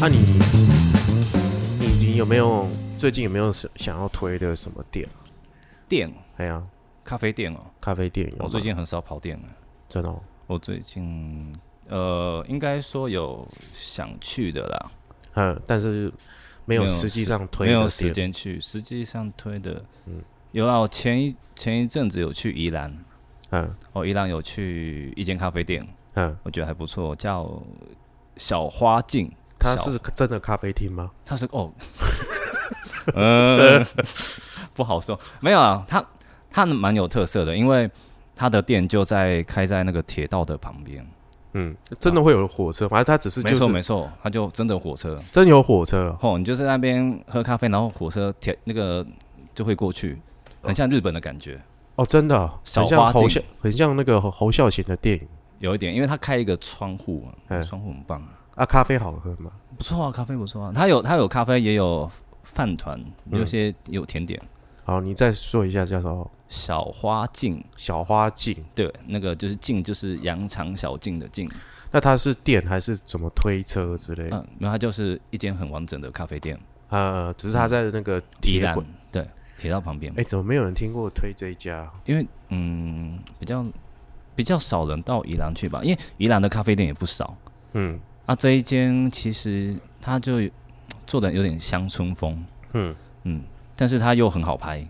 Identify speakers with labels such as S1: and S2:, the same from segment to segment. S1: 那、啊你你你有没有最近有没有想想要推的什么店？
S2: 店
S1: 哎呀、
S2: 咖啡店哦，
S1: 咖啡店有吗
S2: 我最近很少跑店了。
S1: 真的哦、
S2: 我最近呃，应该说有想去的啦，
S1: 嗯，但是没
S2: 没
S1: 有
S2: 有
S1: 实际
S2: 时
S1: 上推
S2: 没
S1: 的
S2: 有时
S1: 店
S2: 间去。实际上推的，
S1: 嗯
S2: 有啊，我前一前一阵子有去宜兰，
S1: 嗯
S2: 哦，宜兰有去一间咖啡店，
S1: 嗯，
S2: 我觉得还不错，叫小花镜。
S1: 它
S2: 小
S1: 是真的咖啡厅吗？
S2: 他是 哦，嗯，不好说，没有啊，他他蛮有特色的，因为他的店就在开在那个铁道的旁边，
S1: 嗯，真的会有火车吗？还是它只是
S2: 没
S1: 就
S2: 错
S1: 是
S2: 没错，他就真的有火车，
S1: 真有火车哦？
S2: 哦，你就是在那边喝咖啡，然后火车铁那个就会过去，很像日本的感觉，
S1: 哦，真的哦，
S2: 小
S1: 很像
S2: 花
S1: 侯
S2: 镜
S1: 孝，很像那个侯侯孝贤的电影
S2: 有一点，因为他开一个窗户啊，
S1: 嗯
S2: 窗户很棒，
S1: 啊。咖啡好喝吗？
S2: 不错啊，咖啡不错啊，他有他有咖啡，也有饭团，有
S1: 嗯
S2: 些有甜点，
S1: 好，你再说一下叫什么？
S2: 小花镜。
S1: 小花镜，
S2: 对，那个就是径，就是羊肠小径的径。
S1: 那它是店还是怎么推车之类的？
S2: 嗯，然后它就是一间很完整的咖啡店，
S1: 呃，只是它在那个
S2: 嗯宜
S1: 铁
S2: 兰
S1: 轨。
S2: 对铁道旁边，
S1: 哎，怎么没有人听过推这一家？啊
S2: 因为嗯比较比较少人到宜兰去吧，因为宜兰的咖啡店也不少。
S1: 嗯
S2: 啊，这一间其实它就做的有点乡村风，
S1: 嗯，
S2: 嗯，但是它又很好拍，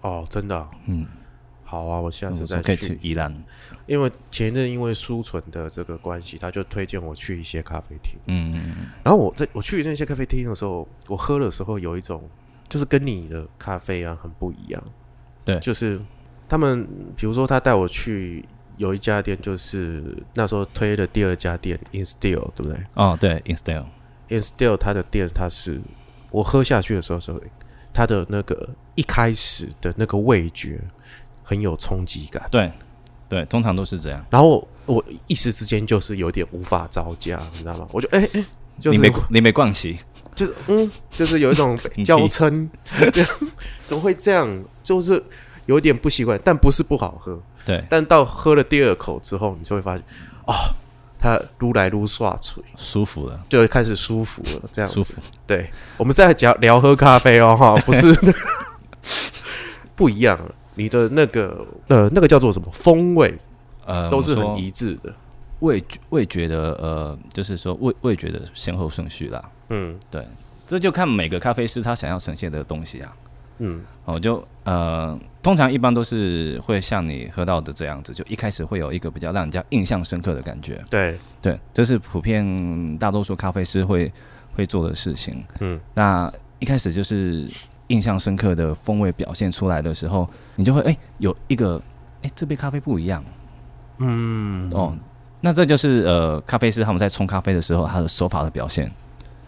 S2: 哦，
S1: 哦，真的啊，
S2: 嗯，
S1: 好啊，我下
S2: 我
S1: 次
S2: 说
S1: 再
S2: 可以
S1: 去
S2: 去。宜兰，
S1: 因为前一阵因为书存的这个关系，他就推荐我去一些咖啡厅。
S2: 嗯，
S1: 然后我在我去那些咖啡厅的时候，我喝的时候有一种就是跟你的咖啡啊很不一样。
S2: 对
S1: 就是他们比如说他带我去有一家店，就是那时候推的第二家店 Instill，对不对
S2: 哦，对，Instyle，
S1: ？Instill 它的店它是我喝下去的时候是它的那个一开始的那个味觉很有冲击感。
S2: 对对，通常都是这样。
S1: 然后我一时之间就是有点无法招架，你知道吗？我就哎哎、就
S2: 你
S1: 是
S2: 没你没逛齐，
S1: 就是嗯，就是有一种
S2: 你
S1: 娇嗔，对怎么会这样？就是有点不习惯，但不是不好喝。
S2: 对，
S1: 但到喝了第二口之后，你就会发现，哦，它撸来撸刷嘴，
S2: 舒服了，
S1: 就会开始舒服了，这样
S2: 舒
S1: 子。
S2: 服，
S1: 对，我们是在聊聊喝咖啡哦，哈，不 是不一样了。你的那个呃，那个叫做什么风味，
S2: 呃，
S1: 都是
S2: 我
S1: 很
S2: 说
S1: 一致的。
S2: 味觉味觉的呃，就是说味味觉的先后顺序啦。
S1: 嗯
S2: 对，这就看每个咖啡师他想要呈现的东西啊。
S1: 嗯，
S2: 哦，就呃，通常一般都是会像你喝到的这样子，就一开始会有一个比较让人家印象深刻的感觉。
S1: 对，
S2: 对，这是普遍大多数咖啡师会会做的事情。
S1: 嗯，
S2: 那一开始就是印象深刻的风味表现出来的时候，你就会哎、有一个哎、这杯咖啡不一样。
S1: 嗯
S2: 哦，那这就是呃，咖啡师他们在冲咖啡的时候他的手法的表现。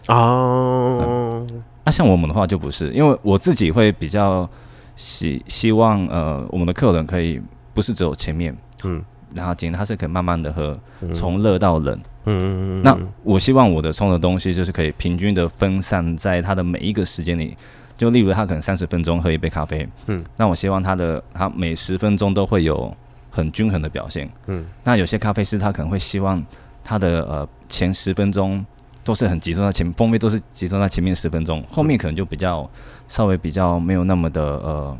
S1: 哦，
S2: 那、啊像我们的话就不是，因为我自己会比较希希望呃，我们的客人可以不是只有前面，
S1: 嗯，
S2: 然后今天他是可以慢慢的喝，
S1: 嗯
S2: 从热到冷。
S1: 嗯，
S2: 那我希望我的冲的东西就是可以平均的分散在他的每一个时间里。就例如他可能三十分钟喝一杯咖啡，
S1: 嗯，
S2: 那我希望他的他每十分钟都会有很均衡的表现，
S1: 嗯，
S2: 那有些咖啡师他可能会希望他的呃前十分钟都是很集中在前风味都是集中在前面十分钟，后面可能就比较稍微比较没有那么的呃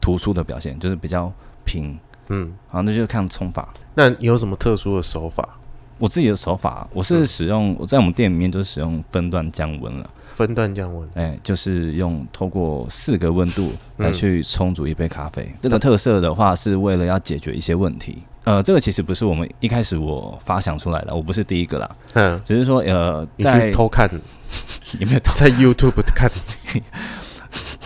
S2: 突出的表现，就是比较平，
S1: 嗯，
S2: 啊，那就是看冲法。
S1: 那你有什么特殊的手法？
S2: 我自己的手法，我
S1: 嗯
S2: 是使用、我在我们店里面就是使用分段降温了，
S1: 分段降温，
S2: 哎，就是用透过四个温度
S1: 嗯
S2: 来去冲煮一杯咖啡。这个特色的话，是为了要解决一些问题。呃，这个其实不是我们一开始我发想出来的，我不是第一个啦，
S1: 嗯，
S2: 只是说呃，
S1: 你
S2: 在
S1: 去偷看，
S2: 有没有偷？
S1: 在 YouTube 看，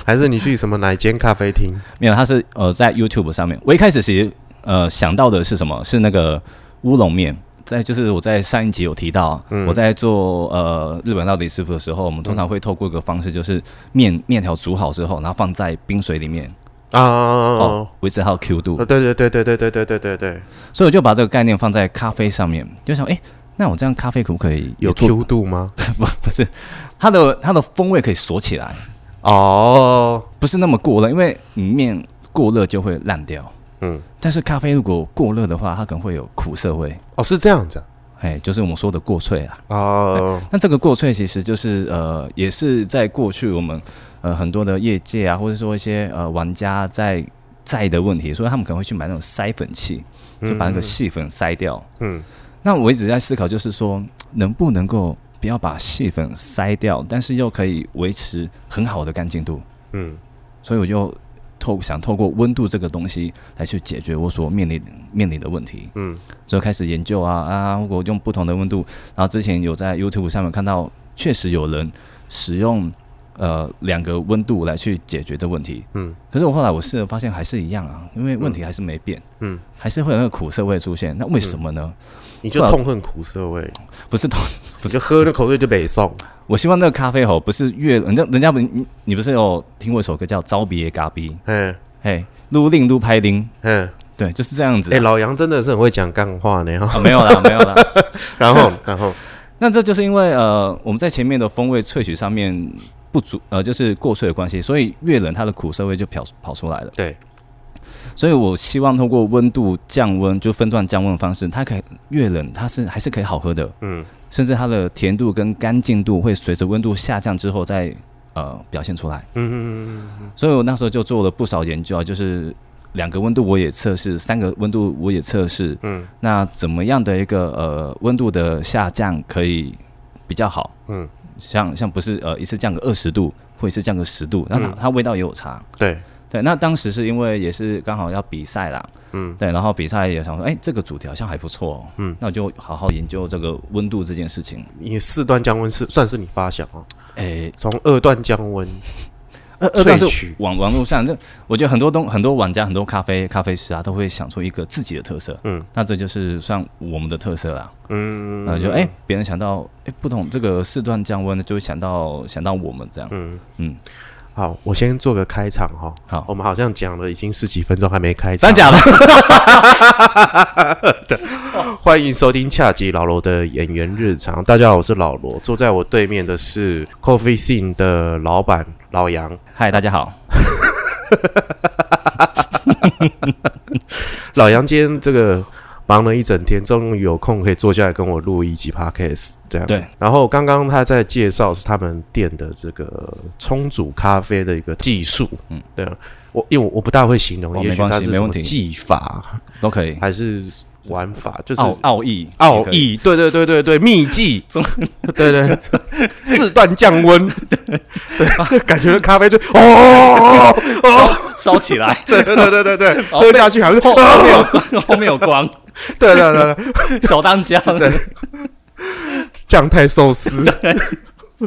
S1: 还是你去什么哪间咖啡厅？
S2: 没有，它是呃在 YouTube 上面。我一开始其实呃想到的是什么？是那个乌龙面。在就是我在上一集有提到，
S1: 嗯
S2: 我在做呃日本料理师傅的时候，我们通常会透过一个方式，就是面面条煮好之后，然后放在冰水里面，
S1: 啊
S2: 哦，，维持它的 Q 度
S1: 对。对对对对对对对对对，
S2: 所以我就把这个概念放在咖啡上面，就想诶，那我这样咖啡可不可以
S1: 有
S2: 做
S1: Q 度吗？
S2: 不 不是它的它的风味可以锁起来，
S1: 哦，
S2: 不是那么过热，因为你面过热就会烂掉。
S1: 嗯，
S2: 但是咖啡如果过热的话，它可能会有苦涩味。
S1: 哦，是这样子，
S2: 哎，就是我们说的过脆啊。
S1: 哦，
S2: 那这个过萃其实就是呃，也是在过去我们呃很多的业界啊，或者说一些呃玩家在在的问题，所以他们可能会去买那种筛粉器，就把那个细粉筛掉。
S1: 哎嗯
S2: 那我一直在思考，就是说能不能够不要把细粉筛掉，但是又可以维持很好的干净度。
S1: 嗯
S2: 所以我就透想透过温度这个东西来去解决我所面临面临的问题。
S1: 嗯
S2: 就开始研究啊啊，我用不同的温度。然后之前有在 YouTube 上面看到，确实有人使用呃两个温度来去解决这问题。
S1: 嗯，
S2: 可是我后来我试了发现还是一样啊，因为问题还是没变，
S1: 嗯，
S2: 还是会有那个苦涩味出现。那为什么呢？
S1: 你就痛恨苦涩味，
S2: 不是同，
S1: 你就喝那口水就北送。
S2: 我希望那个咖啡吼不是越人家人家不你你不是有听过一首歌叫《招别嘎逼》？
S1: 嗯
S2: 嘿，撸令撸拍丁，
S1: 嗯，
S2: 对，就是啊这样子
S1: 哎，老杨真的是很会讲干话呢。 哈
S2: 啊，没有啦，没有啦。
S1: 然后然后，
S2: 那这就是因为呃，我们在前面的风味萃取上面不足，呃，就是过萃的关系，所以越冷它的苦涩味就跑跑出来了。
S1: 对，
S2: 所以我希望通过温度降温，就分段降温的方式，它可以越冷它是还是可以好喝的，
S1: 嗯
S2: 甚至它的甜度跟干净度会随着温度下降之后再呃表现出来。
S1: 嗯嗯
S2: 所以我那时候就做了不少研究啊，就是两个温度我也测试，三个温度我也测试。
S1: 嗯，
S2: 那怎么样的一个呃温度的下降可以比较好？
S1: 嗯，
S2: 像像不是呃一次降个二十度，或者是降个十度，那它、
S1: 嗯
S2: 它味道也有差。
S1: 对，
S2: 对，那当时是因为也是刚好要比赛啦，
S1: 嗯，
S2: 对，然后比赛也想说，哎、这个主题好像还不错、哦，
S1: 嗯，
S2: 那我就好好研究这个温度这件事情。
S1: 你四段降温是算是你发想哦，
S2: 哎、
S1: 从二段降温，
S2: 呃，呃但
S1: 萃
S2: 是
S1: 取
S2: 网网络上，这我觉得很多东很多玩家、很多咖啡咖啡师啊，都会想出一个自己的特色。
S1: 嗯，
S2: 那这就是算我们的特色啦。
S1: 嗯，
S2: 那、就哎，别、人想到哎、不同这个适段降温，就会想到想到我们这样。
S1: 嗯
S2: 嗯，
S1: 好，我先做个开场哈。
S2: 好
S1: 我们好像讲了已经十几分钟还没开场
S2: 真，假的？
S1: 欢迎收听恰吉老罗的演员日常。大家好，我是老罗，坐在我对面的是 Coffee Scene 的老板老杨。
S2: 嗨，大家好。
S1: 老杨今天这个忙了一整天，终于有空可以坐下来跟我录一集 Podcast，这样
S2: 对。
S1: 然后刚刚他在介绍是他们店的这个冲煮咖啡的一个技术，嗯
S2: 嗯，
S1: 对啊。我因为我我不大会形容，
S2: 哦
S1: 也许
S2: 没关
S1: 它
S2: 系
S1: 是
S2: 没
S1: 什
S2: 问
S1: 么
S2: 题
S1: 技法
S2: 都可以。
S1: 还是玩法，就是
S2: 奥奥义，
S1: 奥，义，对对对对对，秘 技，对对，四段降温，
S2: 啊
S1: 对，感觉咖啡就哦，
S2: 烧起 来，
S1: 对对对对对对，
S2: 哦
S1: 喝下去还是
S2: 后后面有光，后面有光，
S1: 对对对对，
S2: 小当家。
S1: 对酱太寿 司，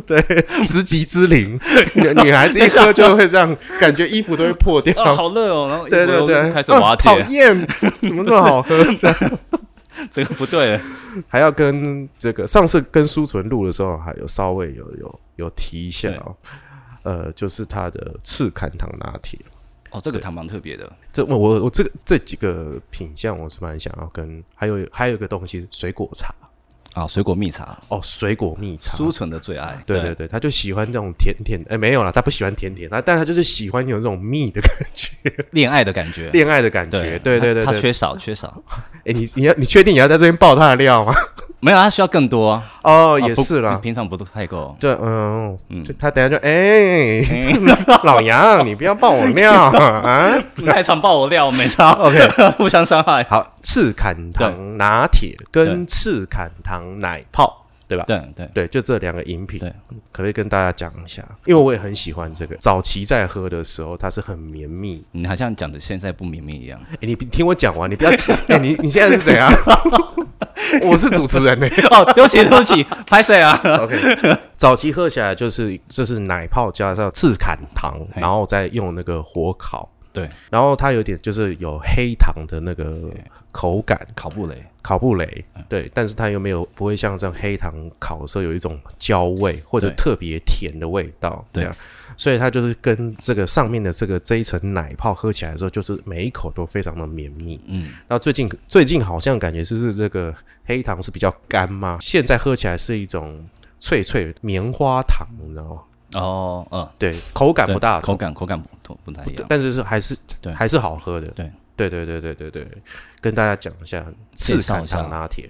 S1: 对，十级之灵，女女孩子一喝就会这样，感觉衣服都会破掉，
S2: 啊，好热哦！然后
S1: 对对对，哦
S2: 开始瓦
S1: 讨
S2: 解，
S1: 厌，怎么那么好喝？这样
S2: 这个不对。
S1: 还要跟这个上次跟苏纯录的时候，还有稍微有有有提一下哦，呃，就是他的赤坎糖拿铁。
S2: 哦，这个糖蛮特别的。
S1: 这我我我这个这几个品相我是蛮想要跟，还有还有一个东西水果茶
S2: 啊，水果蜜茶，
S1: 哦，水果蜜茶。
S2: 苏纯的最爱。
S1: 对对对，他就喜欢这种甜甜，哎，没有啦，他不喜欢甜甜，他但他就是喜欢有这种蜜的感觉，
S2: 恋爱的感觉，
S1: 恋爱的感觉。对对对
S2: 他他
S1: 对，
S2: 缺少缺少，
S1: 哎，你你要你确定你要在这边爆他的料吗？
S2: 没有，他需要更多啊。
S1: 哦，
S2: 啊
S1: 也
S2: 不
S1: 是啦，
S2: 平常不 太够。嗯
S1: 对，嗯，就他等下就哎， 老杨，你不要爆我 料啊！
S2: 太常爆我料，没差。
S1: OK
S2: 互相伤害。
S1: 好，赤坎糖拿铁跟赤坎糖奶泡，对吧？
S2: 对对
S1: 对，就这两个饮品
S2: 对，
S1: 可以跟大家讲一下，因为我也很喜欢这个。早期在喝的时候，它是很绵密。
S2: 你好像讲的现在不明明一样。
S1: 哎，你听我讲完，你不要， 哎，你你现在是怎样？ 我是主持人 呢、
S2: 哦，对不起对不起，拍谁啊？
S1: OK，早期喝起来就是就是奶泡加上赤坎糖，
S2: 嘿
S1: 然后再用那个火烤，
S2: 对，
S1: 然后它有点就是有黑糖的那个 口感，
S2: 考布雷。
S1: 烤布雷，
S2: 嗯
S1: 对，但是它又没有不会像这样黑糖烤的时候有一种焦味或者
S2: 对
S1: 特别甜的味道，
S2: 对
S1: 这样，所以它就是跟这个上面的这个这一层奶泡喝起来的时候，就是每一口都非常的绵密。
S2: 嗯，
S1: 那最近最近好像感觉是是这个黑糖是比较干吗？现在喝起来是一种脆脆棉花糖，你知道吗？
S2: 哦，嗯，
S1: 对，口感
S2: 对
S1: 不大，
S2: 口感口感不不太一样。
S1: 但是是还是
S2: 对
S1: 还是好喝的。
S2: 对
S1: 对对对对对对，跟大家讲一下
S2: 介
S1: 赤
S2: 绍
S1: 坎
S2: 一下
S1: 糖拿铁。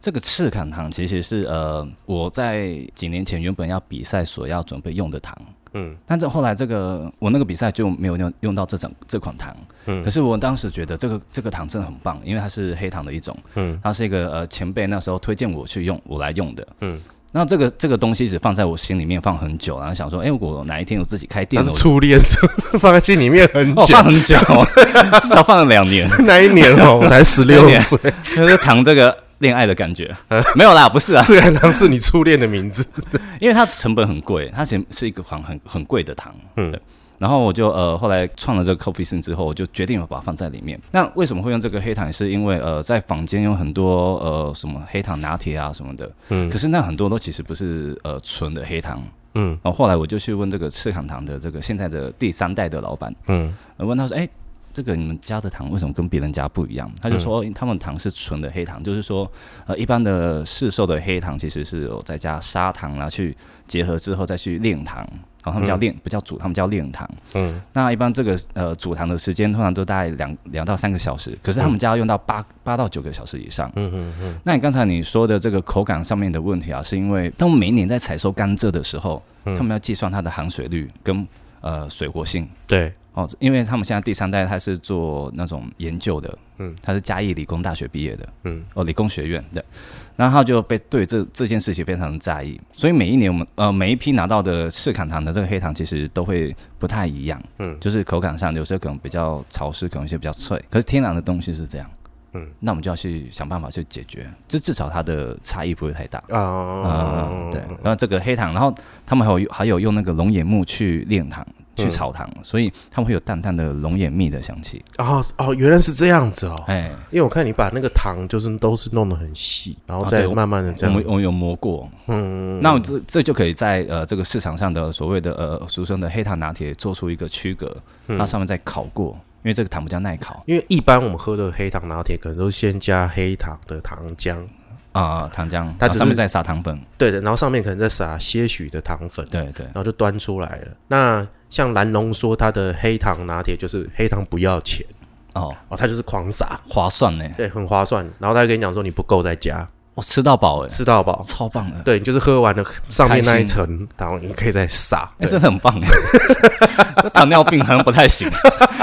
S2: 这个赤坎糖其实是呃我在几年前原本要比赛所要准备用的糖，
S1: 嗯，
S2: 但是后来这个我那个比赛就没有用用到这种这款糖，
S1: 嗯
S2: 可是我当时觉得这个这个糖真的很棒，因为它是黑糖的一种，
S1: 嗯，
S2: 它是一个呃前辈那时候推荐我去用，我来用的，
S1: 嗯。
S2: 那这个这个东西一直放在我心里面放很久，然后想说，哎、我哪一天我自己开店
S1: 他
S2: 了，
S1: 是
S2: 我
S1: 初恋，放在心里面很
S2: 哦，
S1: 久。
S2: 放很久，至少 放了两年。
S1: 那一年哦，我才十六 岁，
S2: 就是谈这个恋爱的感觉，
S1: 嗯
S2: 没有啦，不是啊，
S1: 这个糖是你初恋的名字。
S2: 因为它成本很贵，它是是一个款很很贵的糖，嗯。然后我就呃后来创了这个 coffee sin 之后，我就决定把它放在里面。那为什么会用这个黑糖？是因为呃在坊间有很多呃什么黑糖拿铁啊什么的，
S1: 嗯
S2: 可是那很多都其实不是呃纯的黑糖。
S1: 嗯
S2: 然后后来我就去问这个赤糖糖的这个现在的第三代的老板，
S1: 嗯
S2: 我问他说：“哎、这个你们家的糖为什么跟别人家不一样？”
S1: 嗯
S2: 他就说：“哦他们糖是纯的黑糖，就是说，呃，一般的市售的黑糖其实是有再加砂糖啊，去结合之后再去炼糖。哦，他们叫炼，不叫煮，他们叫炼糖。
S1: 嗯
S2: 那一般这个呃煮糖的时间通常都大概两两到三个小时，可是他们家要用到八八到九个小时以上。
S1: 嗯嗯嗯
S2: 那你刚才你说的这个口感上面的问题啊，是因为他们每一年在采收甘蔗的时候，
S1: 嗯
S2: 他们要计算它的含水率跟呃水活性。
S1: 对，
S2: 哦，因为他们现在第三代他是做那种研究的，
S1: 嗯，
S2: 他是嘉义理工大学毕业的，
S1: 嗯
S2: 哦，理工学院的，然后他就被对这这件事情非常在意，所以每一年我们呃每一批拿到的赤坎糖的这个黑糖其实都会不太一样，
S1: 嗯
S2: 就是口感上有时候可能比较潮湿，可能有些比较脆，可是天然的东西是这样，
S1: 嗯，
S2: 那我们就要去想办法去解决，这至少它的差异不会太大。
S1: 啊
S2: 啊，，对，然后这个黑糖，然后他们还有还有用那个龙眼木去炼糖、去炒糖，
S1: 嗯
S2: 所以他们会有淡淡的龙眼蜜的香气。
S1: 哦哦，原来是这样子哦。
S2: 哎，
S1: 因为我看你把那个糖就是都是弄得很细，然后再
S2: 哦对
S1: 慢慢的这
S2: 我们
S1: 样，
S2: 我们有磨过，
S1: 嗯，
S2: 那我这这就可以在呃这个市场上的所谓的呃俗称的黑糖拿铁做出一个区隔，
S1: 嗯
S2: 它上面再烤过，因为这个糖比较耐烤
S1: 因为一般我们喝的黑糖拿铁可能都是先加黑糖的糖浆，
S2: 啊、糖浆，
S1: 嗯它
S2: 它
S1: 就是
S2: 上面再撒糖粉，
S1: 对的，然后上面可能再撒些许的糖粉，
S2: 对对
S1: 然后就端出来了。那像蓝龙说他的黑糖拿铁就是黑糖不要钱
S2: 哦，
S1: 哦，他就是狂撒，
S2: 划算呢，
S1: 对，很划算。然后他就跟你讲说你不够再加，
S2: 我、吃到饱哎，
S1: 哦吃到饱。
S2: 超棒的。
S1: 对，你就是喝完了上面那一层，然后你可以再撒。
S2: 哎、真的很棒哎！这糖尿病好像不太行。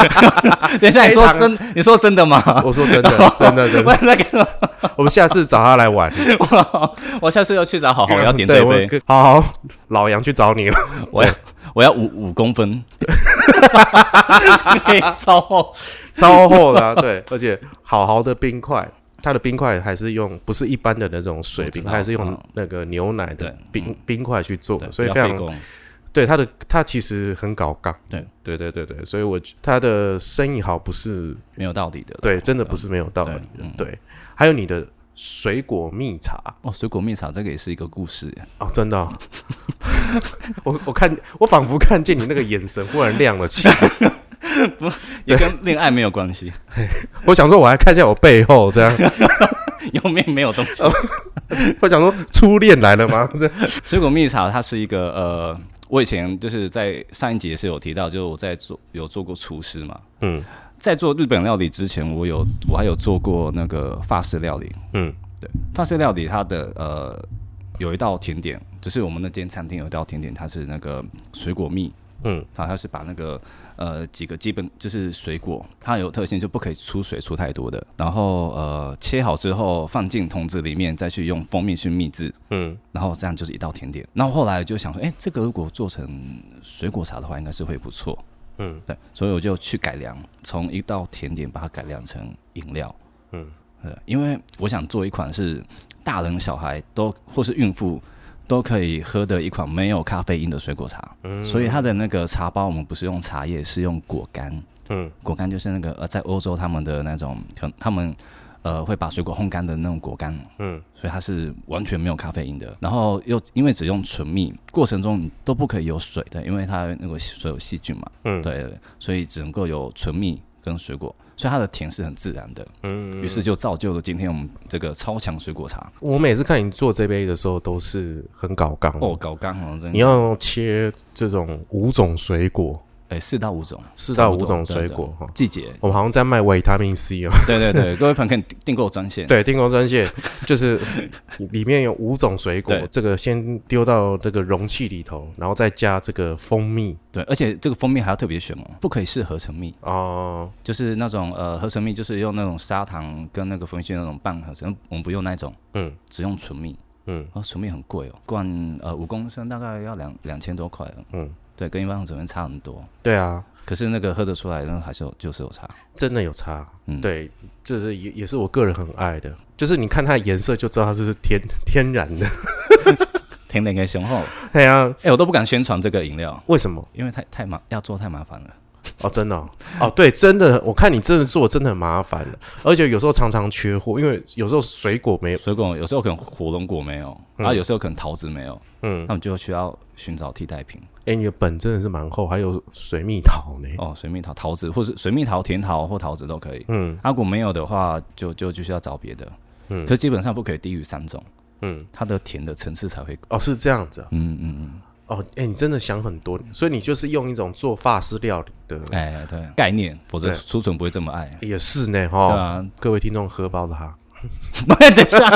S2: 等一下，你说
S1: 黑糖
S2: 真，你说真的吗？
S1: 我说真的，真的，真
S2: 我
S1: 的，
S2: 那个，
S1: 我们下次找他来玩。
S2: 我我下次要去找好好，我要点
S1: 对
S2: 这
S1: 我
S2: 杯，
S1: 跟好好，老杨去找你了。
S2: 我要我要五五公分， 可以超厚
S1: 超厚的、啊，对，而且好好的冰块，它的冰块还是用不是一般的那种水冰，
S2: 我知道
S1: 它还是用
S2: 嗯
S1: 那个牛奶的
S2: 对嗯
S1: 冰冰块去做的，
S2: 对
S1: 所以
S2: 不
S1: 非
S2: 要费
S1: 常
S2: 工
S1: 对它的它其实很搞杠，
S2: 对
S1: 对对对对，所以我它的生意好不是
S2: 没有道理的。
S1: 对，真的不是没有道理的，
S2: 嗯
S1: 对，还有你的水果蜜茶
S2: 哦，水果蜜茶这个也是一个故事，
S1: 哦，真的哦、 我我看我仿佛看见你那个眼神忽然亮了起来，
S2: 也跟恋爱没有关系，
S1: 我想说我还看一下我背后这样，
S2: 有没没有东西。
S1: 我想说初恋来了吗？这样
S2: 水果蜜茶它是一个呃，我以前就是在上一集也是有提到，就是我在做有做过厨师嘛，
S1: 嗯
S2: 在做日本料理之前，我有我还有做过那个法式料理。
S1: 嗯。
S2: 对，法式料理它的呃有一道甜点，就是我们那间餐厅有一道甜点，它是那个水果蜜，
S1: 嗯，
S2: 然后它是把那个呃几个基本就是水果，它有特性就不可以出水出太多的，然后呃切好之后放进桶子里面，再去用蜂蜜去蜜制，
S1: 嗯
S2: 然后这样就是一道甜点。然后后来就想说，哎，这个如果做成水果茶的话，应该是会不错。
S1: 嗯，
S2: 对，所以我就去改良，从一道甜点把它改良成饮料。
S1: 嗯，
S2: 呃，因为我想做一款是大人小孩都或是孕妇都可以喝的一款没有咖啡因的水果茶。嗯，所以它的那个茶包我们不是用茶叶，是用果干。
S1: 嗯
S2: 果干就是那个呃，在欧洲他们的那种，可他们呃会把水果烘干的那种果干，
S1: 嗯
S2: 所以它是完全没有咖啡因的。然后又因为只用纯蜜，过程中你都不可以有水的，因为它那个水有细菌嘛。
S1: 嗯
S2: 对对，对所以只能够有纯蜜跟水果，所以它的甜是很自然的。
S1: 嗯，
S2: 于是就造就了今天我们这个超强水果茶。
S1: 我每次看你做这杯的时候都是很搞纲
S2: 哦哦，搞刚好像真
S1: 你要切这种五种水果，
S2: 哎四到五种，
S1: 四到五
S2: 差不多
S1: 种水
S2: 对对
S1: 果哈。
S2: 季节，
S1: 我们好像在卖维他命 C 哦，
S2: 对对对，各位朋友可以订购专线，
S1: 对，定光专线就是里面有五种水果
S2: 对，
S1: 这个先丢到这个容器里头，然后再加这个蜂蜜
S2: 对，而且这个蜂蜜还要特别选哦，不可以是合成蜜，
S1: 哦，
S2: 就是那种呃合成蜜，就是用那种砂糖跟那个蜂蜜去那种半合成，我们不用那种，
S1: 嗯
S2: 只用纯蜜。
S1: 嗯
S2: 哦，纯蜜很贵哦，罐呃五公升大概要两两千多块了。
S1: 嗯，
S2: 对，跟一般整人差很多，
S1: 对啊，
S2: 可是那个喝得出来，那还是有就是有差。
S1: 真的有差，
S2: 嗯，，
S1: 对，这是也也是我个人很爱的，就是你看它的颜色就知道它是天天然的，
S2: 听那个雄厚，
S1: 对啊，
S2: 哎、我都不敢宣传这个饮料，
S1: 为什么？
S2: 因为太太麻要做太麻烦了。
S1: 哦，真的哦，哦对，真的，我看你真的做真的很麻烦了，而且有时候常常缺货，因为有时候水果没有，
S2: 水果有时候可能火龙果没有，
S1: 嗯
S2: 然后有时候可能桃子没有，
S1: 嗯，
S2: 那我们就需要寻找替代品。
S1: 哎、你的本真的是蛮厚，还有水蜜桃呢，
S2: 哦，水蜜桃、桃子，或是水蜜桃、甜桃或桃子都可以。啊
S1: 嗯
S2: 阿果没有的话，就就就需要找别的。
S1: 嗯
S2: 可是基本上不可以低于三种，
S1: 嗯，
S2: 它的甜的层次才会。
S1: 哦是这样子啊、
S2: 嗯嗯嗯，
S1: 哦，哎、你真的想很多，所以你就是用一种做法式料理的，
S2: 哎，对，概念，否则
S1: 对哦
S2: 苏纯不会这么爱。
S1: 也是呢
S2: 哎对
S1: 哈，
S2: 啊，
S1: 各位听众荷包的哈，
S2: 等一下，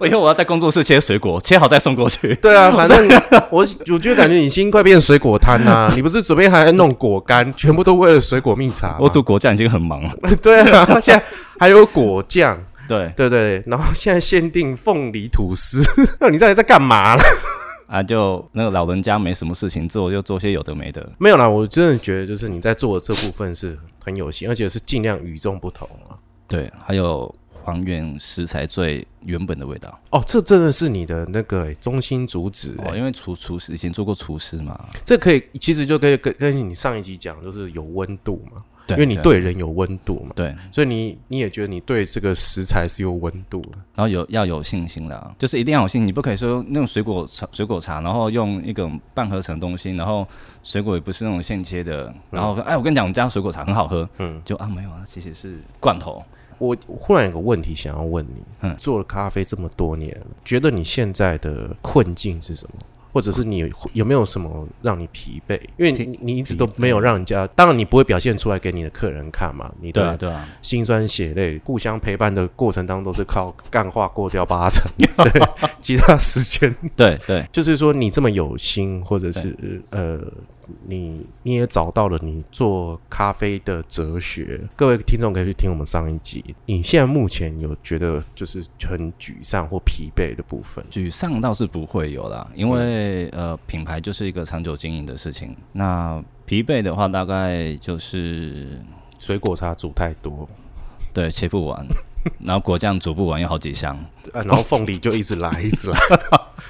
S2: 我以后我要在工作室切水果，切好再送过去。
S1: 对 啊，反正我我就感觉你心快变水果摊啦、你不是准备还要弄果干，全部都为了水果蜜茶吗？
S2: 我煮果酱已经很忙了。
S1: 对啊， 现在还有果酱，
S2: 对
S1: 对对，然后现在限定凤梨吐司， 那你到底在干嘛啦？
S2: 啊，就那个老人家没什么事情做，就做些有的没的。
S1: 没有啦，我真的觉得就是你在做的这部分是很有心，而且是尽量与众不同啊。
S2: 对，还有还原食材最原本的味道。
S1: 哦，这真的是你的那个、欸中心主旨、欸
S2: 哦，因为厨厨师以前做过厨师嘛，
S1: 这可以其实就可以跟跟你上一集讲，就是有温度嘛，
S2: 对，
S1: 因为你对人有温度嘛，
S2: 对，
S1: 所以你你也觉得你对这个食材是有温度的。
S2: 然后有要有信心啦，就是一定要有信心，你不可以说那种水果茶水果茶，然后用一个半合成的东西，然后水果也不是那种现切的，然后说哎，我跟你讲，我们家水果茶很好喝，嗯，就啊没有啊，其实是罐头，
S1: 我忽然有个问题想要问你，
S2: 嗯
S1: 做了咖啡这么多年了，觉得你现在的困境是什么？或者是你有有没有什么让你疲惫？因为
S2: 疲
S1: 你你一直都没有让人家，当然你不会表现出来给你的客人看嘛。你
S2: 对啊
S1: 的
S2: 对啊，
S1: 辛酸血泪，互相陪伴的过程当中都是靠干话过掉八 成，对，其他时间
S2: 对对
S1: 就是说你这么有心，或者是呃，你你也找到了你做咖啡的哲学。各位听众可以去听我们上一集。你现在目前有觉得就是很沮丧或疲惫的部分？
S2: 沮丧倒是不会有啦，因为、呃，品牌就是一个长久经营的事情。那疲惫的话，大概就是
S1: 水果茶煮太多，
S2: 对切不完，然后果酱煮不完，有好几箱。
S1: 啊、然后凤梨就一直来，一直 来。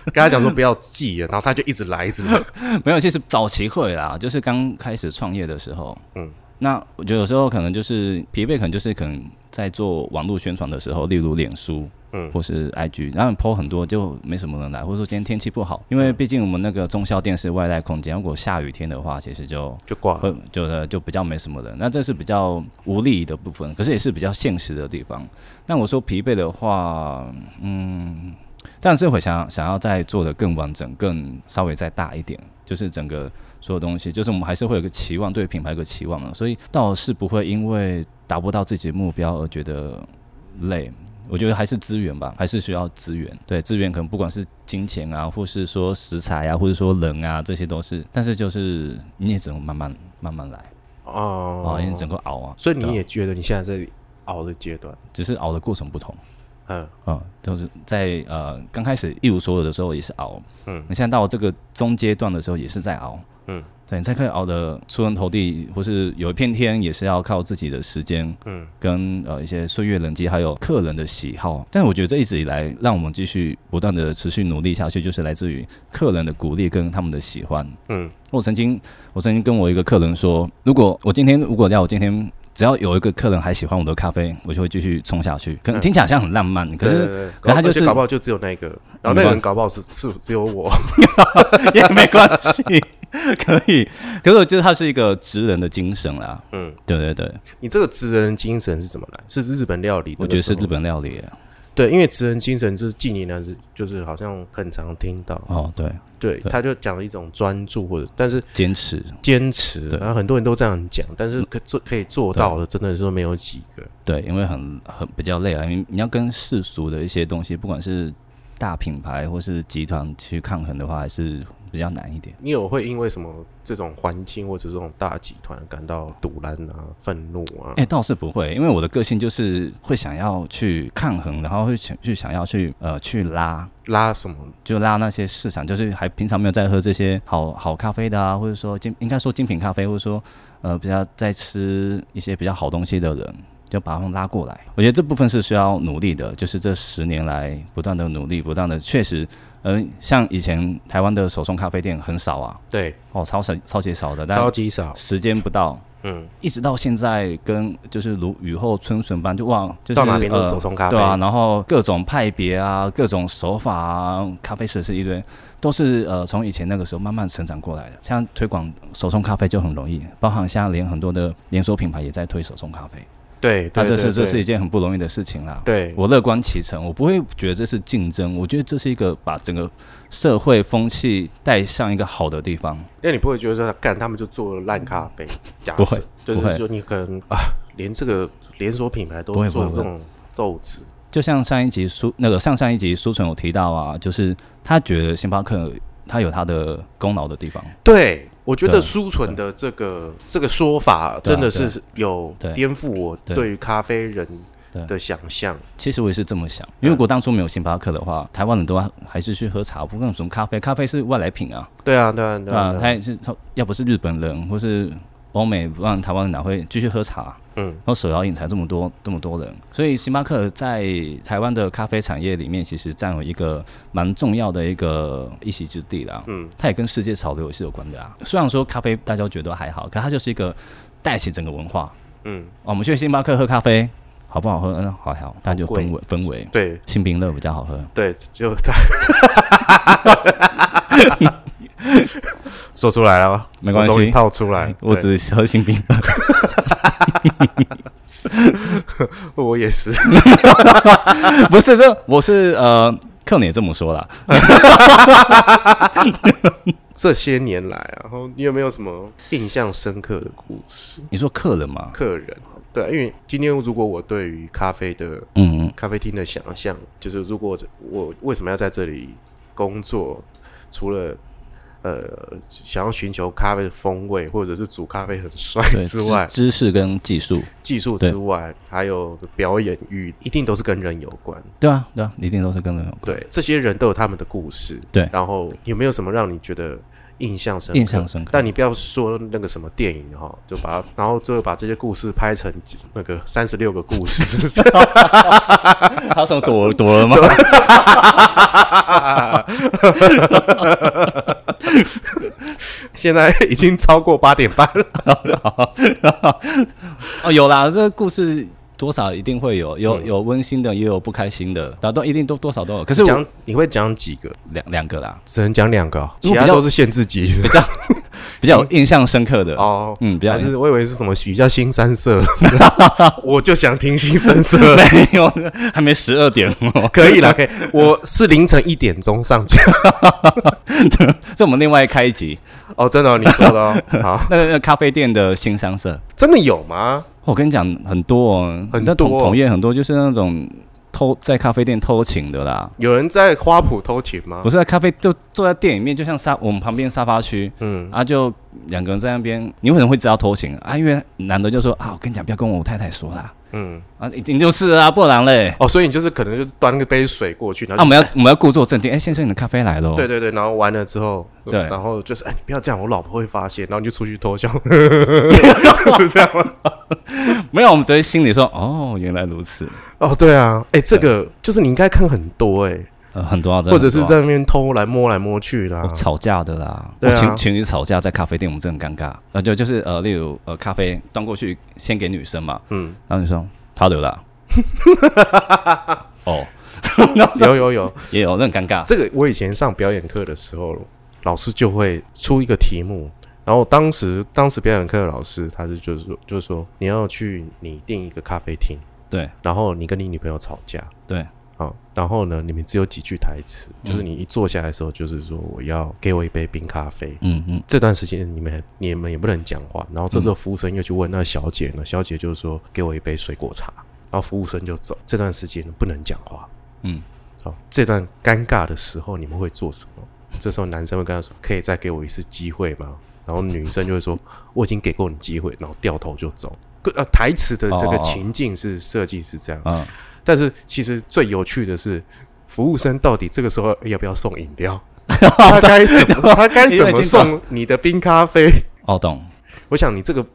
S1: 跟他讲说不要记了，然后他就一直来，一直来。
S2: 没有，其实早期会啦，就是刚开始创业的时候，
S1: 嗯
S2: 嗯，那我觉得有时候可能就是疲惫，可能就是可能在做网络宣传的时候，例如脸书。
S1: 嗯
S2: 嗯，或是 IG，然后你 PO 很多就没什么人来，或者说今天天气不好，因为毕竟我们那个中小店是外带空间，如果下雨天的话，其实就
S1: 就挂了。
S2: 会就呃就比较没什么人。那这是比较无力的部分，可是也是比较现实的地方。那我说疲惫的话，嗯，但是会想想要再做的更完整，更稍微再大一点，就是整个所有东西，就是我们还是会有个期望，对品牌有个期望嘛，所以倒是不会因为达不到自己的目标而觉得累。我觉得还是资源吧，还是需要资源。对，资源可能不管是金钱啊，或是说食材啊，或者说人啊，这些都是。但是就是你也只能慢慢慢慢来
S1: 哦
S2: 啊，你整个熬啊，
S1: 所以你也觉得你现在在熬的阶段，
S2: 只是熬的过程不同。
S1: 嗯，
S2: 嗯，就是在呃刚开始一无所有的时候也是熬，
S1: 嗯
S2: 嗯，你现在到这个中阶段的时候也是在熬，
S1: 嗯
S2: 嗯，对，你才可以熬的出人头地，或是有一片天也是要靠自己的时间，
S1: 嗯
S2: 嗯，跟呃一些岁月累积，还有客人的喜好。但我觉得这一直以来让我们继续不断的持续努力下去，就是来自于客人的鼓励跟他们的喜欢。
S1: 嗯
S2: 嗯，我曾经我曾经跟我一个客人说，如果我今天如果要我今天。只要有一个客人还喜欢我的咖啡，我就会继续冲下去。可能听起来好像很浪漫，可
S1: 对
S2: 是
S1: 对对
S2: 可是他
S1: 搞
S2: 就
S1: 而且
S2: 是
S1: 搞不好就只有那个，然后那个人搞不好是是只有我，
S2: 也没关系，可以。可是我觉得它是一个职人的精神啦。
S1: 嗯。
S2: 对对对，
S1: 你这个职人精神是怎么来？是日本料理？
S2: 我觉得是日，本料理。啊
S1: 对，因为职人精神是近年来是就是好像很常听到，
S2: 哦，对，
S1: 对，
S2: 对
S1: 他就讲了一种专注或者，但是
S2: 坚持，
S1: 坚持，
S2: 对
S1: 然后很多人都这样讲，但是可做可以做到的真的是没有几个。
S2: 对，因为很很比较累啊，因为你要跟世俗的一些东西，不管是大品牌或是集团去抗衡的话，还是比较难一点。
S1: 你有会因为什么这种环境或者这种大集团感到堵然啊、愤怒啊？
S2: 哎、倒是不会，因为我的个性就是会想要去抗衡，然后会想去想要去呃去拉，
S1: 拉什么？
S2: 就拉那些市场，就是还平常没有在喝这些好好咖啡的啊，或者说精应该说精品咖啡，或者说呃比较在吃一些比较好东西的人，就把他们拉过来。我觉得这部分是需要努力的，就是这十年来不断的努力，不断的确实，嗯、像以前台湾的手冲咖啡店很少啊，
S1: 对，
S2: 哦，超少超级少的，但
S1: 超级少。
S2: 时间不到。
S1: 嗯，
S2: 一直到现在，跟就是如雨后春笋般，就哇，就是
S1: 到哪边都是手
S2: 呃
S1: 冲咖啡。
S2: 对啊，然后各种派别啊，各种手法啊，咖啡设施一堆，都是呃从以前那个时候慢慢成长过来的。像推广手冲咖啡就很容易，包含现在连很多的连锁品牌也在推手冲咖啡，
S1: 对，对，
S2: 那啊这是
S1: 对
S2: 这是一件很不容易的事情啦。
S1: 对，
S2: 我乐观其成，我不会觉得这是竞争，我觉得这是一个把整个社会风气带向一个好的地方。
S1: 那你不会觉得说干他们就做烂咖啡？假
S2: 不
S1: 设
S2: 会
S1: 就
S2: 不
S1: 是
S2: 会
S1: 说你可能啊，连这个连锁品牌都
S2: 不会不
S1: 做
S2: 会
S1: 这种豆子，
S2: 就像上一集苏那个上上一集苏纯有提到啊，就是他觉得星巴克他有他的功劳的地方。
S1: 对，我觉得
S2: 对啊
S1: 苏纯的这个这个说法
S2: 对啊
S1: 真的是有
S2: 对
S1: 颠覆我
S2: 对
S1: 对于咖啡人
S2: 对
S1: 的想象。
S2: 其实我也是这么想，因为如果当初没有星巴克的话，台湾人都还是去喝茶，不管什么咖啡，咖啡是外来品啊，
S1: 对啊，对啊，对
S2: 对吧、
S1: 啊，
S2: 他
S1: 对啊
S2: 也是他要不是日本人或是欧美，不然台湾人哪会继续喝茶？
S1: 嗯
S2: 然后手摇饮才这么多这么多人，所以星巴克在台湾的咖啡产业里面，其实占有一个蛮重要的一个一席之地啦。
S1: 嗯，
S2: 它也跟世界潮流也是有关的啊。虽然说咖啡大家觉得还好，可它就是一个带起整个文化。
S1: 嗯，
S2: 哦我们去星巴克喝咖啡，好不好喝？嗯，还好，但就
S1: 好贵
S2: 氛围氛围。
S1: 对
S2: 新冰乐比较好喝，
S1: 对， 就他说出来了吗？
S2: 没关系
S1: 我终于套出来。
S2: 我
S1: 对
S2: 只喝新冰 乐。
S1: 我也是，
S2: 不是这，我是呃，克你也这么说啦。
S1: 这些年来啊，然后你有没有什么印象深刻的故事？
S2: 你说客人嘛？
S1: 客人，对，因为今天如果我对于咖啡的
S2: 嗯嗯，
S1: 咖啡厅的想象，就是如果我我为什么要在这里工作，除了呃想要寻求咖啡的风味，或者是煮咖啡很帅
S2: 对，
S1: 之外，
S2: 知知识跟技术，
S1: 技术之外，还有表演欲，一定都是跟人有关。
S2: 对啊对啊，一定都是跟人有关。
S1: 对，这些人都有他们的故事。
S2: 对
S1: 然后有没有什么让你觉得印象深刻？
S2: 印象深刻
S1: 但你不要说那个什么电影哈，就把它，然后最后把这些故事拍成那个三十六个故事，是不 是？
S2: 他从躲躲了吗？
S1: 现在已经超过八点半了。
S2: 哦，有啦，这个故事多少一定会有，
S1: 嗯
S2: 有有温馨的，也有不开心的，然后都一定都多少都有。可是我
S1: 讲你会讲几个？
S2: 两两个啦，
S1: 只能讲两个哦，其
S2: 如果
S1: 他
S2: 比较
S1: 都是限制级
S2: 比较比较有印象深刻的，
S1: 哦。
S2: 嗯，比较
S1: 还是我以为是什么比较新三色，我就想听新三色。
S2: 没有，还没十二点哦。
S1: 可以啦，可以。我是凌晨一点钟上架。
S2: 这我们另外开一集，
S1: 哦，真的、哦，你说的 哦。好，
S2: 那个那个咖啡店的新商社，哦
S1: 真的有吗？
S2: 我跟你讲很多哦，
S1: 很
S2: 那
S1: 多
S2: 同
S1: 哦
S2: 同业很多就是那种偷在咖啡店偷情的啦。
S1: 有人在花圃偷情吗
S2: 不？是在咖啡，就坐在店里面，就像沙我们旁边沙发区，
S1: 嗯
S2: 嗯，啊，就两个人在那边，你为什么会知道偷情啊？因为男的就说啊，我跟你讲，不要跟我太太说啦，
S1: 嗯，
S2: 啊，已经就是啊，不然嘞，
S1: 哦，所以你就是可能就端个杯水过去，然后
S2: 啊，我
S1: 就、
S2: 们要我们要故作镇定，哎、先生，你的咖啡来了，
S1: 对，对对，然后完了之后，
S2: 对
S1: 然后就是哎，你不要这样，我老婆会发现，然后你就出去 偷笑，是这样吗？
S2: 没有，我们只会心里说，哦，原来如此，
S1: 哦，对啊，哎，这个就是你应该看很多哎、
S2: 呃，很多啊，真的
S1: 或者是
S2: 很多啊、
S1: 在那边偷来摸来摸去的、啊
S2: 我。哦吵架的啦，
S1: 对啊
S2: 我情情侣吵架在咖啡店，我们真的很尴尬，然后就就是呃，例如呃，咖啡端过去先给女生嘛，
S1: 嗯，
S2: 然后女生她的啦， 哦，
S1: 有有有，
S2: 也有，那很尴尬，
S1: 这个我以前上表演课的时候，老师就会出一个题目，然后当时当时表演课的老师他是就是说就是说你要去拟定一个咖啡厅，
S2: 对
S1: 然后你跟你女朋友吵架，
S2: 对。嗯
S1: 然好，然后呢，你们只有几句台词，就是你一坐下来的时候，就是说我要给我一杯冰咖啡。
S2: 嗯嗯，
S1: 这段时间你们你们也不能讲话，然后这时候服务生又去问那小姐呢，小姐就是说给我一杯水果茶，然后服务生就走。这段时间不能讲话，
S2: 嗯，
S1: 好，这段尴尬的时候你们会做什么？这时候男生会跟他说：“可以再给我一次机会吗？”然后女生就会说：“我已经给过你机会。”然后掉头就走。各呃，台词的这
S2: 哦哦
S1: 个
S2: 哦
S1: 情境是设计是这样，
S2: 嗯，
S1: 但是其实最有趣的是，服务生到底这个时候哎要不要送饮料？ 他该怎么他该怎么送你的冰咖啡？
S2: 哦，懂
S1: 我想你这个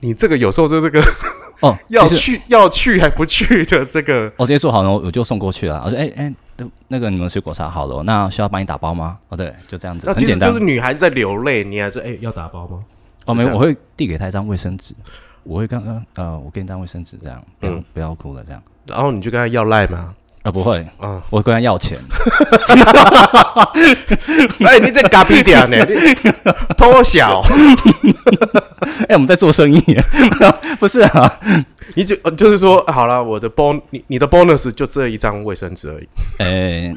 S1: 你这个有时候就这个
S2: 哦，
S1: 要
S2: 其实哦
S1: 去要去还不去的这个，
S2: 我直接说好了，我就送过去了。我说，哎、哎、那个你们水果茶好了，那需要帮你打包吗？哦，对，就这样子，
S1: 那
S2: 很
S1: 其实
S2: 简单。
S1: 就是女孩子在流泪，你还是哎、要打包吗？
S2: 哦，没
S1: 这
S2: 有，
S1: 样
S2: 我会递给他一张卫生纸，我会刚刚呃，我给你一张卫生纸，这样，不要、
S1: 嗯
S2: 不要哭了，这样。
S1: 然后你就跟她要赖 吗？
S2: 啊、不会，
S1: 嗯，
S2: 我跟他要钱。
S1: 哎、你这嘎逼点呢？ 你偷小，
S2: 哎、我们在做生意， 不是啊？
S1: 你就呃就是说好了，我的 bon 你你的 bonus 就这一张卫生纸而已。
S2: 哎、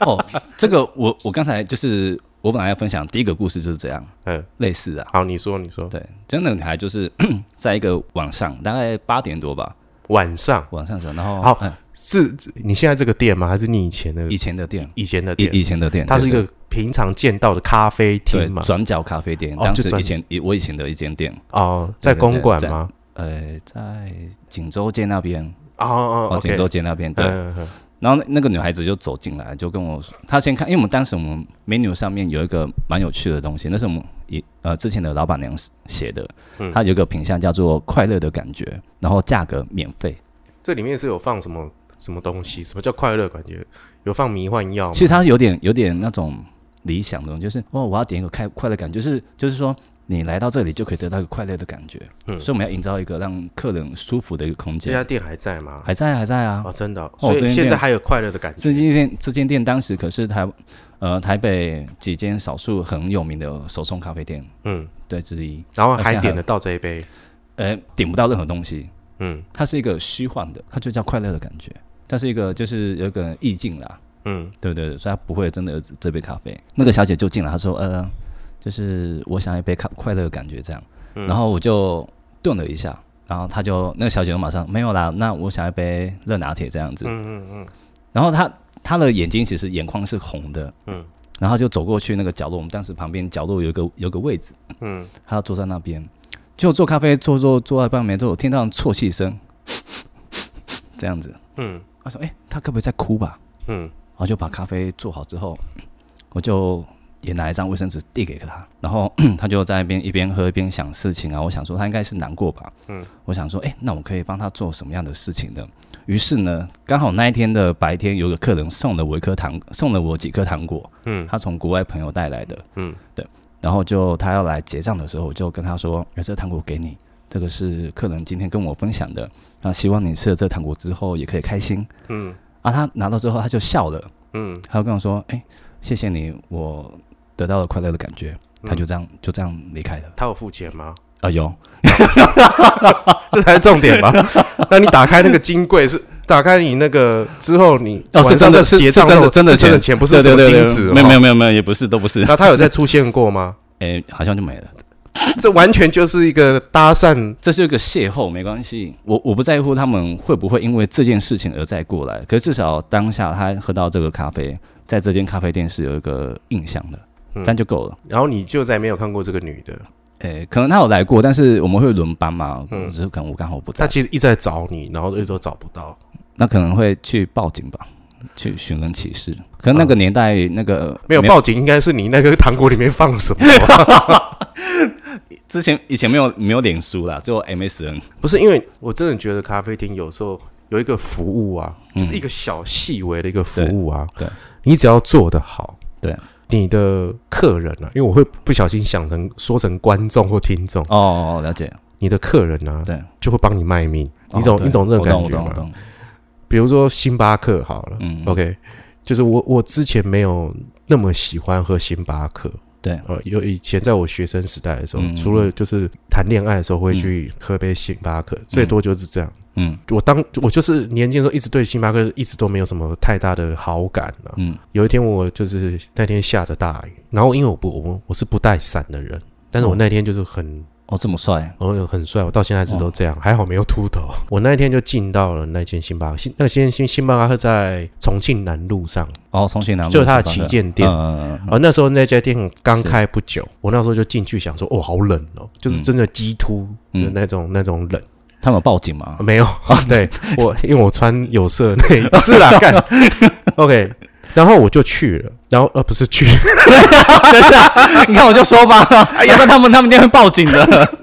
S2: 哦，这个我我刚才就是我本来要分享第一个故事就是这样，
S1: 嗯，
S2: 类似啊，
S1: 好，你说你说，
S2: 对，真的女孩就是 在一个晚上，大概八点多吧，
S1: 晚上
S2: 晚上的时候，然后
S1: 好
S2: 哎
S1: 是你现在这个店吗？还是你以前的
S2: 以前的店，
S1: 以前的
S2: 以
S1: 店？
S2: 以前的店，
S1: 它是一
S2: 对
S1: 个平常见到的咖啡
S2: 对
S1: 厅
S2: 对
S1: 嘛？
S2: 转角咖啡店，
S1: 哦
S2: 当
S1: 就
S2: 时
S1: 转
S2: 以前以我以前的一间店，
S1: 哦，在
S2: 对对对
S1: 公馆
S2: 在
S1: 吗？
S2: 呃，在锦州街那边，
S1: 哦哦
S2: 哦，
S1: ，OK
S2: 锦州街那边，对。
S1: 嗯嗯嗯
S2: 然后那那个女孩子就走进来，就跟我说，她先看，因为我们当时我们 menu 上面有一个蛮有趣的东西，那是我们以呃之前的老板娘写的，
S1: 嗯
S2: 它有一个品相叫做“快乐的感觉”，然后价格免费。
S1: 这里面是有放什么什么东西？什么叫快乐感觉？有放迷幻药吗？
S2: 其实它有点有点那种理想的，就是哇，我要点一个快快乐感，就是就是说你来到这里就可以得到一个快乐的感觉。
S1: 嗯啊
S2: 所以我们要营造一个让客人舒服的一个空
S1: 这
S2: 间
S1: 家。店还在吗？
S2: 还在还在啊，
S1: 哦，真的哦，
S2: 哦
S1: 所
S2: 这
S1: 以
S2: 间
S1: 现在
S2: 店
S1: 还有快乐的感
S2: 这
S1: 觉。
S2: 间店这间店当时可是台呃台北几间少数很有名的手冲咖啡店
S1: 嗯，
S2: 对之一，
S1: 然后
S2: 而且还
S1: 还
S2: 有
S1: 点得到这一杯。
S2: 呃点不到任何东西，
S1: 嗯
S2: 它是一个虚幻的，它就叫快乐的感觉，它是一个就是有一个意境啦，
S1: 嗯，
S2: 对对对，所以它不会真的有这杯咖啡。那个小姐就进来，她说呃就是我想要一杯咖快乐的感觉这样，
S1: 嗯
S2: 然后我就顿了一下，然后她就那个小姐就马上没有啦，那我想要一杯热拿铁这样子，
S1: 嗯嗯嗯，
S2: 然后他他的眼睛其实眼眶是红的，
S1: 嗯
S2: 嗯，然后就走过去那个角落，我们当时旁边角落有一个有个位置，
S1: 嗯
S2: 嗯，他要坐在那边，就做咖啡做做做到一半没做，我听到啜泣声， 这样子，
S1: 嗯
S2: 他说：“哎、他该不会在哭吧
S1: 嗯，？”
S2: 然后就把咖啡做好之后，我就也拿一张卫生纸递给他，然后 他就在那边一边喝一边想事情啊。我想说他应该是难过吧，
S1: 嗯
S2: 嗯，我想说，哎、那我可以帮他做什么样的事情呢？于是呢，刚好那一天的白天，有个客人送了我一颗糖，送了我几颗糖果，
S1: 嗯
S2: 嗯，他从国外朋友带来的，
S1: 嗯
S2: 嗯，对。然后就他要来结账的时候，我就跟他说：“哎、这糖果给你，这个是客人今天跟我分享的，那希望你吃了这糖果之后也可以开心。”
S1: 嗯
S2: 嗯，啊，他拿到之后他就笑了，
S1: 嗯
S2: 他就跟我说：“哎、谢谢你，我得到了快乐的感觉。”
S1: 嗯
S2: 他就这样就这样离开了。
S1: 他有付钱吗？
S2: 啊，有，
S1: 这才是重点 吧？那你打开那个金柜是打开你那个之后你
S2: 哦
S1: 晚
S2: 是
S1: 上
S2: 真的
S1: 在
S2: 是
S1: 结
S2: 是
S1: 账
S2: 真的
S1: 时候
S2: 真的
S1: 是真的
S2: 钱
S1: 钱不
S2: 不
S1: 是什么金子，哦
S2: 没有没
S1: 有。
S2: 有没有没有，也不是都不是。
S1: 那他有再出现过 吗？
S2: 哎、好像就没了。
S1: 这完全就是一个搭讪，
S2: 这是一个邂逅，没关系。我我不在乎他们会不会因为这件事情而再过来，可是至少当下他喝到这个咖啡，在这间咖啡店是有一个印象的，
S1: 嗯
S2: 这样就够了。
S1: 然后你就再没有看过这个女的，
S2: 诶、可能他有来过，但是我们会轮班嘛，
S1: 嗯
S2: 只是可能我刚好不
S1: 她
S2: 在，
S1: 其实一直在找你，然后一直都找不到。
S2: 那可能会去报警吧，去寻人启事。可能那个年代、那个
S1: 啊没有报警，应该是你那个糖果里面放了什么？
S2: 之前以前没有没有脸书啦，只有 MSN。
S1: 不是，因为我真的觉得咖啡厅有时候有一个服务啊，就是一个小细微的一个服务啊，
S2: 嗯对对
S1: 你只要做得好，
S2: 对。
S1: 你的客人啊，因为我会不小心想成说成观众或听众，
S2: 哦，了解，
S1: 你的客人啊，
S2: 对，
S1: 就会帮你卖命，你
S2: 哦
S1: 懂
S2: 对
S1: 你懂这种
S2: 我懂
S1: 感
S2: 我
S1: 觉
S2: 懂我
S1: 吗？
S2: 懂，
S1: 比如说星巴克好了，
S2: 嗯
S1: OK，就是我我之前没有那么喜欢喝星巴克，
S2: 对
S1: 呃，有以前在我学生时代的时候，
S2: 嗯
S1: 除了就是谈恋爱的时候会去喝杯星巴克，最多就是这样。
S2: 嗯
S1: 我当我就是年轻的时候一直对星巴克一直都没有什么太大的好感啊。
S2: 嗯
S1: 有一天我就是那天下着大雨，然后因为我不我我是不带伞的人，但是我
S2: 嗯
S1: 那天就是很
S2: 哦，这么帅，
S1: 然后很帅，我到现在一直都
S2: 哦
S1: 这样，还好没有秃头。 我那一天就进到了那间星巴克，星那间星星巴克在重庆南路上，
S2: 哦，重庆南路
S1: 就是它的
S2: 星
S1: 旗
S2: 巴克
S1: 舰店。
S2: 嗯嗯嗯
S1: 而那时候那家店刚开不久，我那时候就进去想说，哦，好冷哦，就是真的鸡突的那种、那种冷，
S2: 嗯，他们有报警吗？
S1: 没有，对我因为我穿有色的内衣，是啦，干，OK，然后我就去了，然后呃不是去，
S2: 你看我就说吧，要不然他们他们一定会报警的。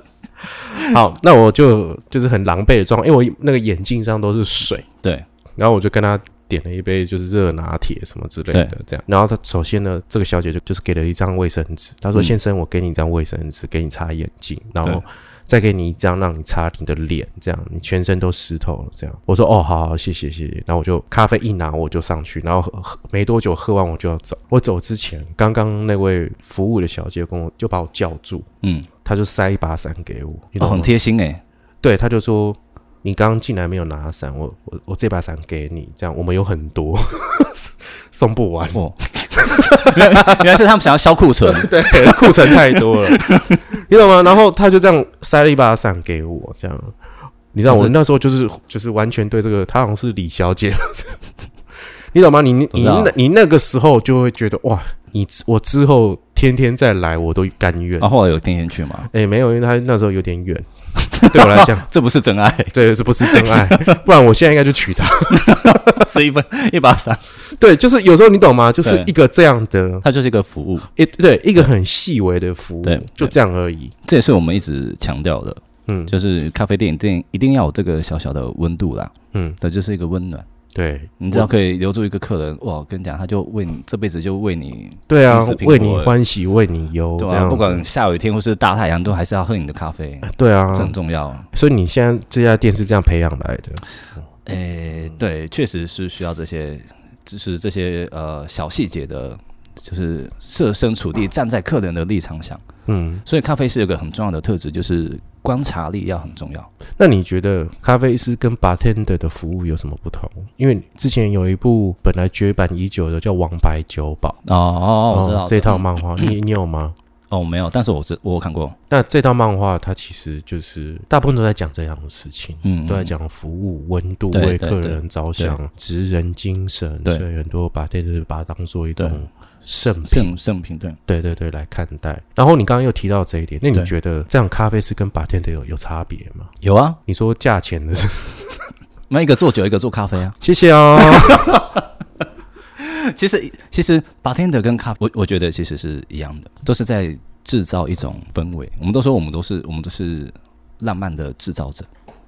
S1: 好，那我就就是很狼狈的状况，因为我那个眼镜上都是水，
S2: 对，
S1: 然后我就跟他点了一杯就是热拿铁什么之类的
S2: 对，
S1: 这样。然后他首先呢，这个小姐就就是给了一张卫生纸，她说：“
S2: 嗯
S1: 先生，我给你一张卫生纸，给你擦眼睛，然后
S2: 对
S1: 再给你一张让你擦你的脸，这样你全身都湿透了。”这样我说：“哦，好好，谢谢谢谢。”然后我就咖啡一拿我就上去，然后喝喝没多久喝完我就要走。我走之前，刚刚那位服务的小姐跟我就把我叫住，
S2: 嗯，
S1: 她就塞一把伞给我，你
S2: 哦，
S1: 懂吗
S2: 很贴心哎、
S1: 对，他就说你刚刚进来没有拿伞，我我我这把伞给你，这样我们有很多 送不完，
S2: 哦， 原来原来是他们想要销库存。
S1: 对， 库存太多了， 你懂吗？然后他就这样塞了一把伞给我，这样，你知道
S2: 可是
S1: 我那时候就是就是完全对这个，她好像是李小姐， 你懂吗？你你
S2: 知道
S1: 那你那个时候就会觉得哇，你我之后天天再来我都甘愿。
S2: 然、哦后后来有天天去吗？
S1: 哎、没有，因为他那时候有点 远，对我来讲，
S2: 这不是真爱，
S1: 对，这不是真爱，不然我现在应该就娶她。
S2: 这一份一把伞，
S1: 对，就是有时候你懂吗？就是
S2: 对
S1: 一个这样的，
S2: 它就是一个服务，
S1: 一对一个很细微的服务
S2: 对，
S1: 就这样而已。
S2: 这也是我们一直强调的，
S1: 嗯，
S2: 就是咖啡店一定一定要有这个小小的温度啦，
S1: 嗯，
S2: 对，就是一个温暖。
S1: 对，
S2: 你只要可以留住一个客人，哇，我跟你讲，他就为你这辈子就为你，
S1: 对啊
S2: 平时，平
S1: 为
S2: 过
S1: 你
S2: 的
S1: 欢喜为你忧，
S2: 对
S1: 哦这
S2: 吧、
S1: 样
S2: 不管
S1: 子
S2: 下雨天或是大太阳，都还是要喝你的咖啡，
S1: 对啊
S2: 这，很重要。
S1: 所以你现在这家店是这样培养来的，
S2: 诶、对，确实是需要这些，就是这些呃小细节的，就是设身处地站在客人的立场想。
S1: 嗯，
S2: 所以咖啡是有一个很重要的特质，就是观察力要很重要。
S1: 那你觉得咖啡师跟 bartender 的服务有什么不同？因为之前有一部本来绝版已久的叫《王牌酒保》，
S2: 哦哦，我知道、
S1: 这套漫画，你你有吗？
S2: 哦没有，但是我知我有看过，
S1: 那这套漫画它其实就是大部分都在讲这样的事情，
S2: 嗯，
S1: 都在讲服务、温度、
S2: 对
S1: 为
S2: 对
S1: 客
S2: 对
S1: 人着想、职人精神，
S2: 对
S1: 所以很多把这个把它当做一
S2: 对
S1: 种圣品，
S2: 圣圣品对。
S1: 对对对来看待。然后你刚刚又提到这一点，那你
S2: 对
S1: 觉得这样咖啡是跟 bartender 有有差别吗？
S2: 有啊，
S1: 你说价钱的，
S2: 那一个做酒，一个做咖啡啊。
S1: 谢谢哦。
S2: 其实其实 bartender 跟咖啡，我我觉得其实是一样的，都是在制造一种氛围。我们都说我们都是我们都是浪漫的制造者，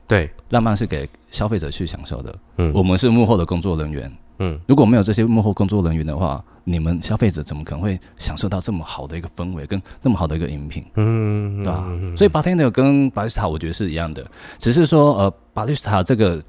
S1: 对，
S2: 浪漫是给消费者去享受的，
S1: 嗯，
S2: 我们是幕后的工作人员。
S1: 嗯，
S2: 如果没有这些幕后工作人员的话，你们消费者怎么可能会享受到这么好的一个氛围跟那么好的一个饮品？
S1: 嗯，
S2: 对吧、所以 bartender 跟 barista 我觉得是一样的，只是说呃，barista 这个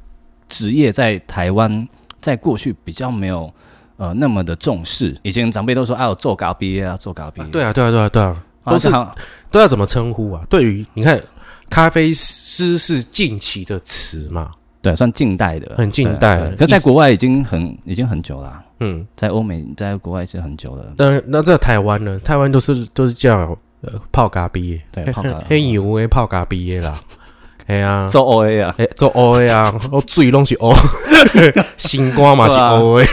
S2: 职业在台湾在过去比较没有呃那么的重视。以前长辈都说啊，有做咖啡啊，做咖啡、
S1: 对啊，对啊，对啊，对啊，
S2: 啊，
S1: 都是
S2: 这好
S1: 都要怎么称呼啊？对于你看，咖啡师是近期的词嘛？
S2: 对算近代的，
S1: 很近代
S2: 对对可在国外已经很已经很久了啊、
S1: 嗯，
S2: 在欧美在国外是很久了。
S1: 那那在台湾呢？台湾都是都是叫呃泡咖啡，
S2: 对
S1: 嘿
S2: 泡咖
S1: 嘿牛诶泡咖啡的 啦，哎呀，
S2: 做 O A 啊，
S1: 哎做 O A 啊，我水拢是 O，新 瓜嘛是 O A，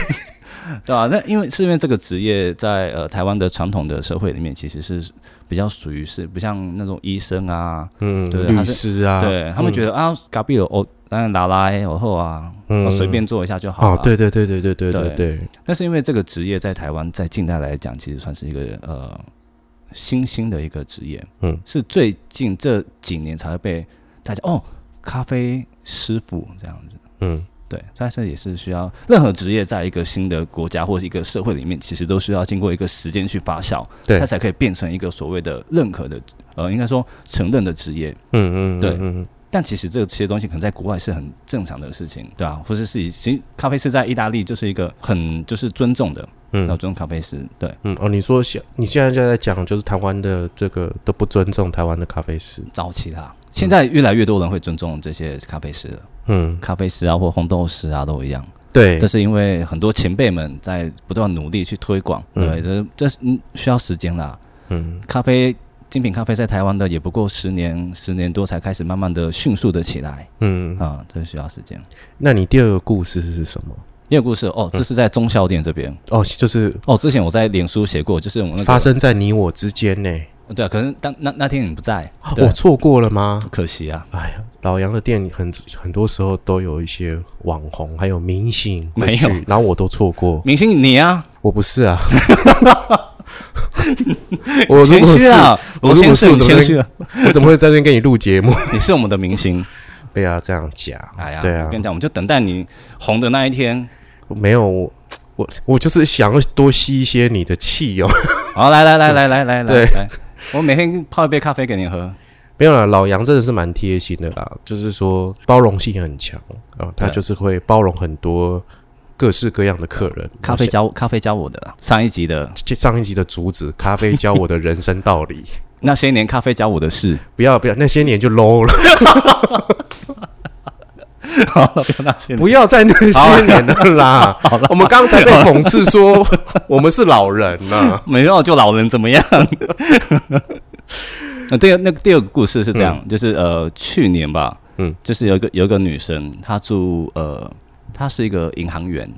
S2: 对啊，那因为是因为这个职业在呃台湾的传统的社会里面，其实是比较属于是不像那种医生啊，
S1: 嗯，
S2: 对
S1: 律
S2: 它是
S1: 师啊，
S2: 对他们觉
S1: 得
S2: 得、啊，咖啡有哦，嗯，拿来然后啊，我随便做一下就好
S1: 嗯
S2: 了。
S1: 哦，。对对对对对对对
S2: 对
S1: 对，
S2: 但是因为这个职业在台湾在近代来讲，其实算是一个呃新兴的一个职业，
S1: 嗯，
S2: 是最近这几年才会被大家哦，咖啡师傅这样子。
S1: 嗯，
S2: 对，但是也是需要任何职业在一个新的国家或是一个社会里面，其实都需要经过一个时间去发酵，
S1: 对
S2: 它，才可以变成一个所谓的认可的，呃，应该说承认的职业。
S1: 嗯嗯，
S2: 对
S1: 嗯，嗯
S2: 但其实这些东西可能在国外是很正常的事情，对啊，或者是以其实咖啡师在意大利就是一个很就是尊重的，要
S1: 嗯
S2: 尊重咖啡师，对，
S1: 嗯哦，你说现你现在就在讲，就是台湾的这个都不尊重台湾的咖啡师，
S2: 早期啦，现在越来越多人会尊重这些咖啡师了，
S1: 嗯，
S2: 咖啡师啊或烘豆师啊都一样。
S1: 对
S2: 这，是因为很多前辈们在不断努力去推广，
S1: 嗯
S2: 对，这这是嗯需要时间啦。
S1: 嗯
S2: 咖啡精品咖啡在台湾的也不过十年，十年多才开始慢慢的迅速的起来
S1: 嗯。
S2: 啊、这需要时间。
S1: 那你第二个故事是什么？
S2: 第二个故事哦，这是在中小店这边、
S1: 哦，就是
S2: 哦，之前我在脸书写过，就是我们、那个、
S1: 发生在你我之间呢。
S2: 对啊，可是当那那天你不在，对
S1: 哦我错过了吗？
S2: 可惜啊，
S1: 哎呀，老杨的店很很多时候都有一些网红，还有明星会
S2: 没有
S1: 去，然后我都错过。
S2: 明星你啊，
S1: 我不是 啊，我如
S2: 谦
S1: 果
S2: 虚
S1: 是，
S2: 啊，
S1: 我
S2: 罗
S1: 如果是
S2: 先生
S1: 我怎
S2: 你
S1: 么
S2: 谦虚了，
S1: 我怎么会在这边跟你录节目？
S2: 你是我们的明星，
S1: 不要这样讲，
S2: 哎呀，
S1: 对啊
S2: 我跟你讲，我们就等待你红的那一天。
S1: 没有我，我我就是想要多吸一些你的气哦。
S2: 好，来来来来来来
S1: 对
S2: 来来，我每天泡一杯咖啡给你喝。
S1: 没有啦，老杨真的是蛮贴心的啦，就是说包容性很强啊、他
S2: 对
S1: 就是会包容很多各式各样的客人。
S2: 咖啡教咖啡教我的啦，上一集的
S1: 这上一集的主旨，咖啡教我的人生道理。
S2: 那些年咖啡教我的事。
S1: 不要不要，那些年就 low 了，
S2: 好了，不 要那些年。
S1: 不要再那些年了啦。我们刚才被讽刺说 我们是老人啊呐、
S2: 没有，就老人 怎么样？那第二那个第二个故事是这样，就是呃去年吧，
S1: 嗯
S2: 嗯，就是有一个有一个女生，她住呃，她是一个银行员，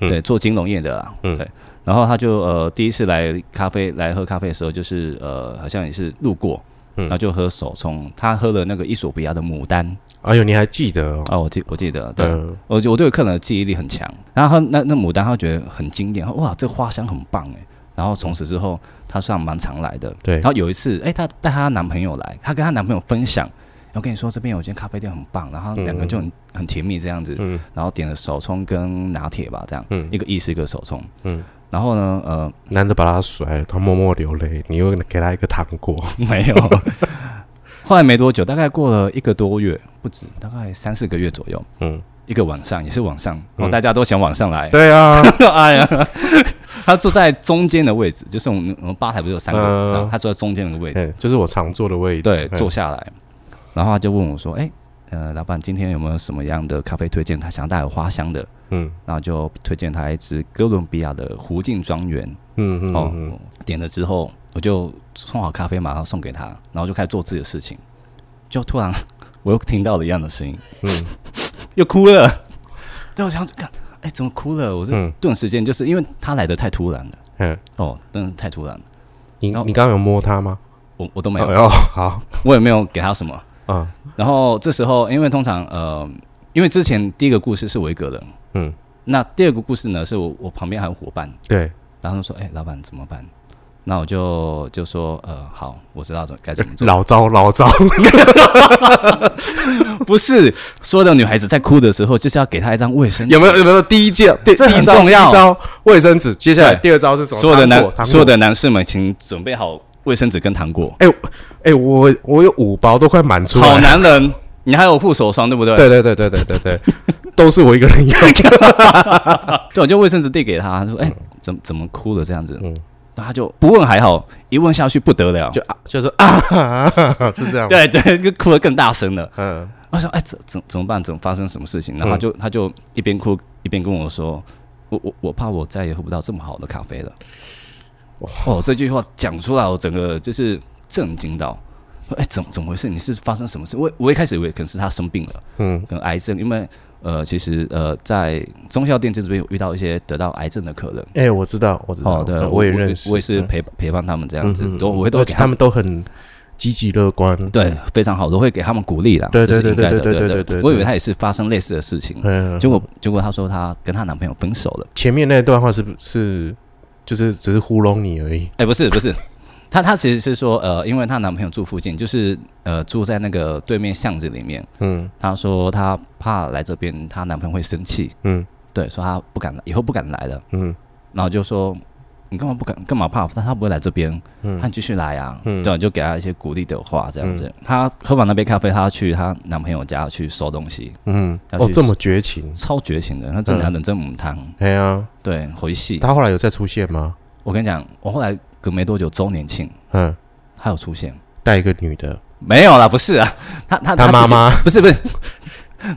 S1: 嗯
S2: 对，做金融业的啦，
S1: 嗯
S2: 对。然后她就呃第一次来咖啡来喝咖啡的时候，就是呃好像也是路过，
S1: 嗯
S2: 然后就喝手冲，她喝了那个伊索比亚的牡丹
S1: 哎呦，你还记得哦？
S2: 啊，我记我记得，对，
S1: 嗯
S2: 我就我对客人的记忆力很强，然后他那那牡丹他觉得很惊艳，哇，这花香很棒哎。然后从此之后，她算蛮常来的。
S1: 对
S2: 然后有一次，哎，她带她男朋友来，她跟她男朋友分享，我跟你说这边有一间咖啡店很棒，然后两个人就很、很甜蜜这样子，
S1: 嗯
S2: 然后点了手冲跟拿铁吧，这样，
S1: 嗯
S2: 一个意式一个手冲，
S1: 嗯，
S2: 然后呢，呃，
S1: 男的把他甩了，他默默流泪，你又给他一个糖果。
S2: 没有。后来没多久，大概过了一个多月，不止，大概三四个月左右，
S1: 嗯，
S2: 一个晚上也是晚上，
S1: 嗯
S2: 然后大家都想晚上来，
S1: 对啊，
S2: 哎呀，他坐在中间的位置，就是我们我们吧台不是有三个，
S1: 嗯
S2: 这样他坐在中间那个位置，
S1: 嗯就是我常坐的位置。
S2: 对，
S1: 嗯
S2: 坐下来，然后他就问我说：“哎、呃，老板，今天有没有什么样的咖啡推荐？他想要带有花香的，
S1: 嗯
S2: 然后就推荐他一支哥伦比亚的湖境庄园。
S1: 嗯嗯
S2: 哦，
S1: 嗯
S2: 点了之后，我就冲好咖啡嘛，然后送给他，然后就开始做自己的事情，就突然 我又听到了一样的声音，
S1: 嗯
S2: 又哭了。对，我想看，哎、怎么哭了？我这
S1: 嗯
S2: 顿时间就是因为他来的太突然了。”
S1: 嗯，
S2: 哦，真的太突然了，
S1: 你
S2: 然后
S1: 你刚刚有摸他吗？
S2: 我我都没有，
S1: 哦，好，
S2: 我也没有给他什么。
S1: 嗯
S2: 然后这时候，因为通常呃，因为之前第一个故事是我一个人，
S1: 嗯，
S2: 那第二个故事呢是我我旁边还有伙伴，
S1: 对，
S2: 然后他们说，哎、老板怎么办？那我就就说，呃，好，我知道怎该怎 么做。
S1: 老招老招，
S2: 不是所有的女孩子在哭的时候，就是要给她一张卫生纸。
S1: 有没有有没有第一件？第
S2: 这
S1: 第一
S2: 很
S1: 招
S2: 重要
S1: 第一招卫生纸，接下来
S2: 对
S1: 第二招 是什么？
S2: 所有的
S1: 糖
S2: 男
S1: 果糖果
S2: 所有的男士们，请准备好卫生纸跟糖果。
S1: 哎哎，我我有五包都快满出来
S2: 好
S1: 了。
S2: 男人，你还有护手霜对不对？
S1: 对对对对对对对，都是我一个人用。
S2: 对，我就卫生纸递给他，他说：“哎、怎怎么哭了这样子？”
S1: 嗯
S2: 然后他就不问还好，一问下去不得了，
S1: 就啊，就是啊，是这样。，
S2: 对 对，就哭得更大声了。
S1: 嗯
S2: 我说：“哎，怎怎怎么办？怎么发生什么事情？”然后他就、他就一边哭一边跟我说：“我我我怕我再也喝不到这么好的咖啡了。”哦，这句话讲出来，我整个就是震惊到。哎，怎么怎么回事？你是发生什么事？我我一开始以为可能是他生病了，
S1: 嗯
S2: 可能癌症，因为呃，其实呃，在中校店这边有遇到一些得到癌症的客人。
S1: 哎，我知道，我知道，
S2: 哦，对，
S1: 我也认识，
S2: 我也是
S1: 嗯
S2: 陪陪伴他们这样子
S1: 嗯嗯，
S2: 都我会
S1: 而
S2: 都
S1: 且
S2: 给
S1: 他
S2: 他们
S1: 们都很积极乐观。
S2: 对非常好，都会给他们鼓励的，
S1: 对
S2: 这是
S1: 对
S2: 应该的
S1: 对对对
S2: 对
S1: 对对对
S2: 我以为他也是发生类似的事情，
S1: 嗯，
S2: 结果结果她说她跟她男朋友分手了，
S1: 前面那段话是不是就是只是糊弄你而已？
S2: 哎，不是不是。她她其实是说，呃，因为她男朋友住附近，就是呃住在那个对面巷子里面。
S1: 嗯
S2: 她说她怕来这边，她男朋友会生气，
S1: 嗯
S2: 对，说她不敢，以后不敢来了。
S1: 嗯
S2: 然后就说你干嘛不敢，干嘛怕？但他不会来这边，
S1: 嗯
S2: 他继续来啊，
S1: 嗯
S2: 这样就给他一些鼓励的话，这样子。她喝完那杯咖啡，她去她男朋友家去收东西，
S1: 嗯，
S2: 要去
S1: 哦，这么绝情。
S2: 超绝情的，她真的人真母汤，
S1: 哎呀，
S2: 对，回戏。
S1: 他后来有再出现吗？
S2: 我跟你讲，我后来隔没多久周年庆，
S1: 嗯，
S2: 她有出现，
S1: 带一个女的，
S2: 没有啦，不是啊，他他
S1: 他
S2: 自
S1: 妈
S2: 己
S1: 妈，
S2: 不是不是，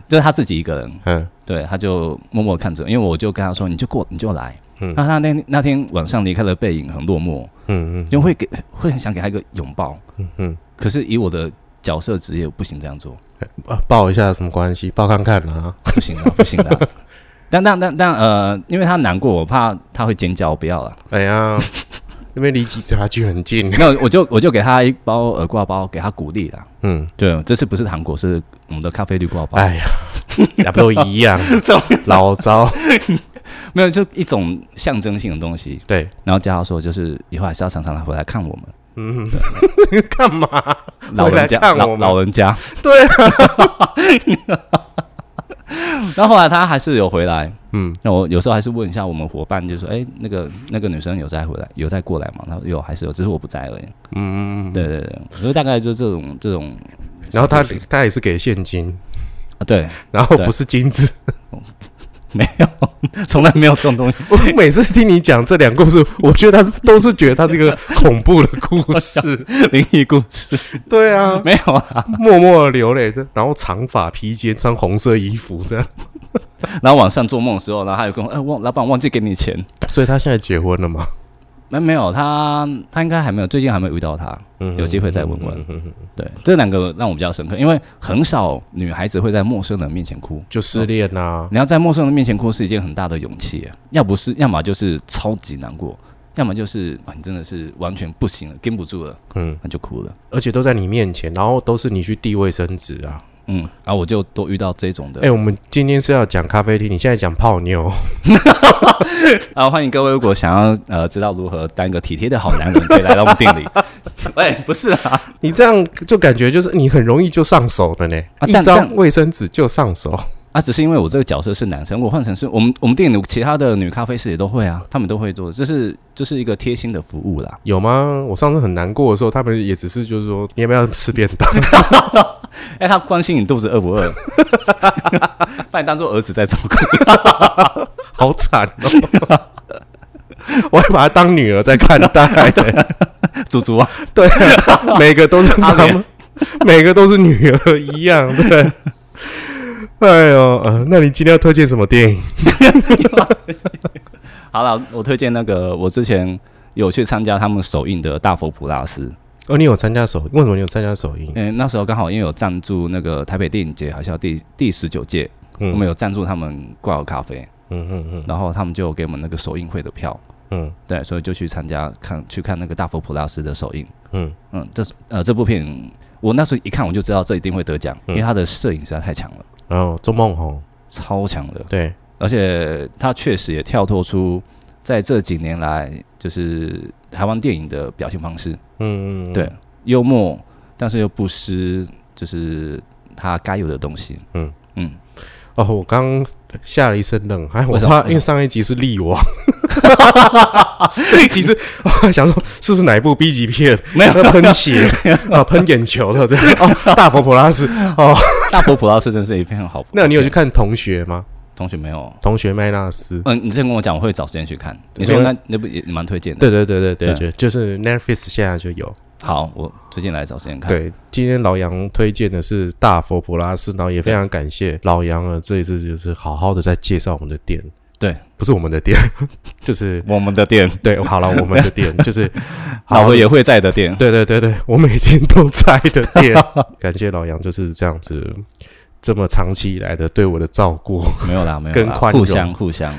S2: 就是他自己一个人，
S1: 嗯
S2: 对，他就默默看着，因为我就跟他说，你就过，你就来。
S1: 嗯
S2: 那他那那天晚上离开了背影很落寞，
S1: 嗯
S2: 就会给会很想给他一个拥抱，
S1: 嗯嗯
S2: 可是以我的角色职业我不行这样做，
S1: 嗯，啊抱一下有什么关系？抱看看啊，
S2: 不行 的，不行的。啊但但但但呃，因为他难过，我怕他会尖叫，我 不要了。
S1: 哎呀，那边离警察局很近，
S2: 没有，我就我就给他一包耳挂包，给他鼓励啦。
S1: 嗯，
S2: 对，这次不是糖果，是我们的咖啡绿挂包。
S1: 哎呀，那不都一 样
S2: 哦怎么，
S1: 老招，
S2: 没有，就一种象征性的东西。
S1: 对，
S2: 然后叫他说，就是以后还是要常常来回来看我们
S1: 嗯，干嘛？
S2: 老人家，
S1: 回来看
S2: 老
S1: 我们
S2: 老人家。
S1: 对啊
S2: 啊。 然后后来他还是有回来，
S1: 嗯，
S2: 那我有时候还是问一下我们伙伴，就说，哎，那个那个女生有再回来，有再过来吗？他说有，还是有，只是我不在而已。
S1: 嗯，
S2: 对对对，所以大概就这种这种。
S1: 然后他
S2: 是
S1: 他也是给现金，
S2: 啊，对，
S1: 然后
S2: 对
S1: 不是金子。
S2: 没有，从来没有这种东西。
S1: 我每次听你讲这两个故事，我觉得他是都是觉得他是一个恐怖的故 事。
S2: 灵异故事
S1: 对 啊，
S2: 没有啊，
S1: 默默地流泪，然后长发披肩，穿红色衣服这样。
S2: 然后晚上做梦的时候，然后他有跟我，哎、忘老板忘记给你钱，
S1: 所以他现在结婚了嘛？
S2: 没没有他，他应该还没有，最近还没有遇到他，
S1: 嗯
S2: 有机会再问问。
S1: 嗯嗯嗯嗯
S2: 对，这两个让我比较深刻，因为很少女孩子会在陌生人面前哭，
S1: 就失恋啊呐、
S2: 你要在陌生人面前哭是一件很大的勇气，要不是，要么就是超级难过，要么就是、啊、你真的是完全不行了，跟不住了，
S1: 嗯，
S2: 那就哭了。
S1: 而且都在你面前，然后都是你去递卫生纸啊。
S2: 嗯，然后我就都遇到这种的
S1: 哎、。我们今天是要讲咖啡厅，你现在讲泡妞，
S2: 啊，欢迎各位！如果想要呃知道如何当一个体贴的好男人，可以来到我们店里。 喂，不是啊，
S1: 你这样就感觉就是你很容易就上手了呢，
S2: 啊
S1: 一
S2: 但
S1: 张
S2: 但
S1: 卫生纸就上手。
S2: 啊，只是因为我这个角色是男生，我换成是我们我们店里其他的女咖啡师也都会啊，他们都会做，这是这是一个贴心的服务啦。
S1: 有吗？我上次很难过的时候，他们也只是就是说，你要不要吃便当？
S2: 哎、他关心你肚子饿不饿， 把你当做儿子在照顾。
S1: 好惨哦！ 我还把她当女儿在看 待，
S2: 猪猪啊，
S1: 对啊，每个都是妈
S2: 阿
S1: 妈
S2: 莲，
S1: 每个都是女儿一样，对。哎呦，呃，那你今天要推荐什么电影？
S2: 好了，我推荐那个我之前有去参加他们首映的《大佛普拉斯》，
S1: 哦，你有参加首？为什么你有参加首映？
S2: 嗯、那时候刚好因为有赞助那个台北电影节，好像第第十九届，
S1: 嗯
S2: 我们有赞助他们挂耳咖啡，
S1: 嗯嗯嗯
S2: 然后他们就给我们那个首映会的票，
S1: 嗯
S2: 对，所以就去参加看去看那个《大佛普拉斯》的首映。
S1: 嗯
S2: 嗯，这是呃这部片，我那时候一看我就知道这一定会得奖，
S1: 嗯
S2: 因为他的摄影实在太强了，
S1: 然后周梦红，
S2: 超强的，
S1: 对，
S2: 而且他确实也跳脱出在这几年来就是台湾电影的表现方式，
S1: 嗯嗯，嗯
S2: 对，幽默，但是又不失就是他该有的东西。
S1: 嗯
S2: 嗯，
S1: 哦，我刚吓了一身冷汗，我
S2: 为什么
S1: 怕因为上一集是力 王，这一集是哦我想说是不是哪一部 B 级 片？
S2: 没有
S1: 在喷血啊，喷眼球的这样哦，大佛普拉斯。
S2: 大佛普拉斯真是一片很好片。
S1: 那你有去看同学吗？
S2: 同学没有？
S1: 同学麦纳斯。
S2: 嗯，你之前跟我讲，我会找时间去看。
S1: 没
S2: 你说
S1: 有
S2: 那那部也蛮推荐的。
S1: 对对对对对，
S2: 对
S1: 就就是 Netflix 现在就有。
S2: 好，我最近来找时间看。
S1: 对，今天老杨推荐的是大佛普拉斯，然后也非常感谢老杨啊，这一次就是好好的在介绍我们的店。
S2: 对，
S1: 不是我们的店， 就是
S2: 我们的店，
S1: 对，好了，我们的 店就是好
S2: 老何也会在的店。
S1: 对对对对，我每天都在的店， 感谢老杨就是这样子，这么长期以来的对我的照顾。
S2: 没有啦，没有
S1: 跟
S2: 啦，
S1: 宽容
S2: 互相互相。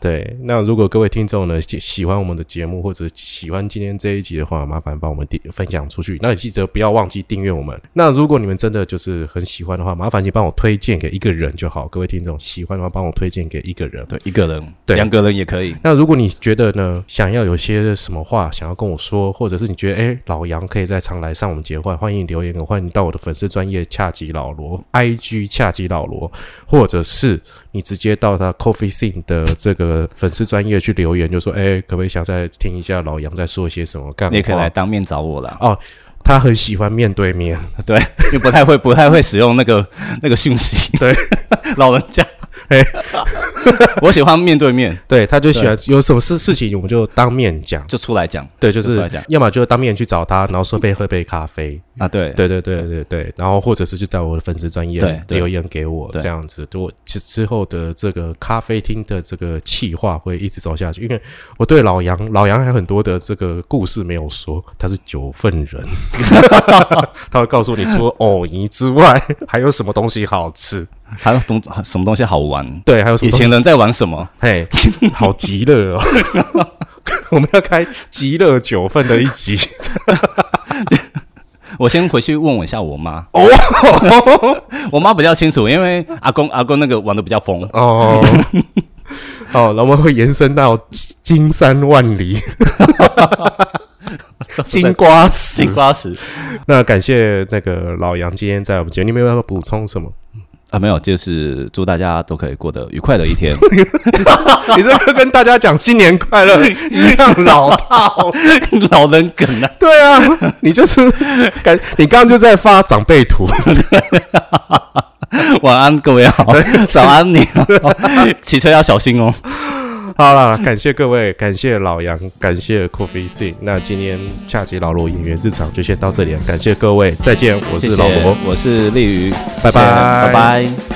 S1: 对，那如果各位听众呢喜喜欢我们的节目，或者喜欢今天这一集的话，麻烦帮我们订分享出去。那也记得不要忘记订阅我们。那如果你们真的就是很喜欢的话，麻烦你帮我推荐给一个人就好。各位听众喜欢的话，帮我推荐给一个人。
S2: 对，一个人，
S1: 对
S2: 两个人也可以。
S1: 那如果你觉得呢，想要有些什么话想要跟我说，或者是你觉得哎、诶老杨可以再常来上我们节目，欢迎留言我，欢迎到我的粉丝专业恰吉老罗 IG 恰吉老罗，或者是你直接到他 Coffee Scene 的这个粉丝专业去留言，就说哎、诶可不可以想再听一下老杨在说些什么干话？
S2: 你也可以来当面找我啦，
S1: 他很喜欢面对面，
S2: 对，因为不太会，不太会使用那个那个讯息。
S1: 对，
S2: 老人家
S1: 对
S2: 我喜欢面对面
S1: 对，他就喜欢有什么事事情，我们就当面讲。
S2: 就出来讲
S1: 对，就是
S2: 出来讲
S1: 要么就当面去找他，然后顺便喝杯咖啡。
S2: 啊，对
S1: 对对对对对，然后或者是就在我的粉丝专业
S2: 对对
S1: 留言给我
S2: 对
S1: 这样子，我之之后的这个咖啡厅的这个企划会一直走下去，因为我对老杨老杨还有很多的这个故事没有说，他是九份 人，他会告诉你除了藕泥之外还有什么东西好 吃，
S2: 还有什么什么东西好玩？
S1: 对，还有什
S2: 以
S1: 么东西
S2: 前人在玩什么？
S1: 嘿，好极乐哦。 我们要开极乐九份的一 集，
S2: 我先回去问我一下我妈。哦，
S1: 哦
S2: 我妈比较清楚，因为阿公阿公那个玩的比较疯。
S1: 哦。好，那我们会延伸到金山万里、金瓜石
S2: 金。瓜石
S1: 那感谢那个老杨今天在我们节目，你们有没有补充什么？
S2: 啊，没有，就是祝大家都可以过得愉快的一 天。
S1: 你这个跟大家讲新年快乐一样老 套。
S2: 老人梗啊，
S1: 对啊，你就是感，你刚刚就在发长辈图。
S2: 晚安各位好，早安你好， 骑车要小心哦。
S1: 好啦，感谢各位，感谢老杨，感谢 Coffee C。那今天下集老罗演员日常就先到这里了，感谢各位，再见，我
S2: 我
S1: 是老罗，
S2: 我是丽宇，
S1: 拜拜
S2: 谢谢拜拜。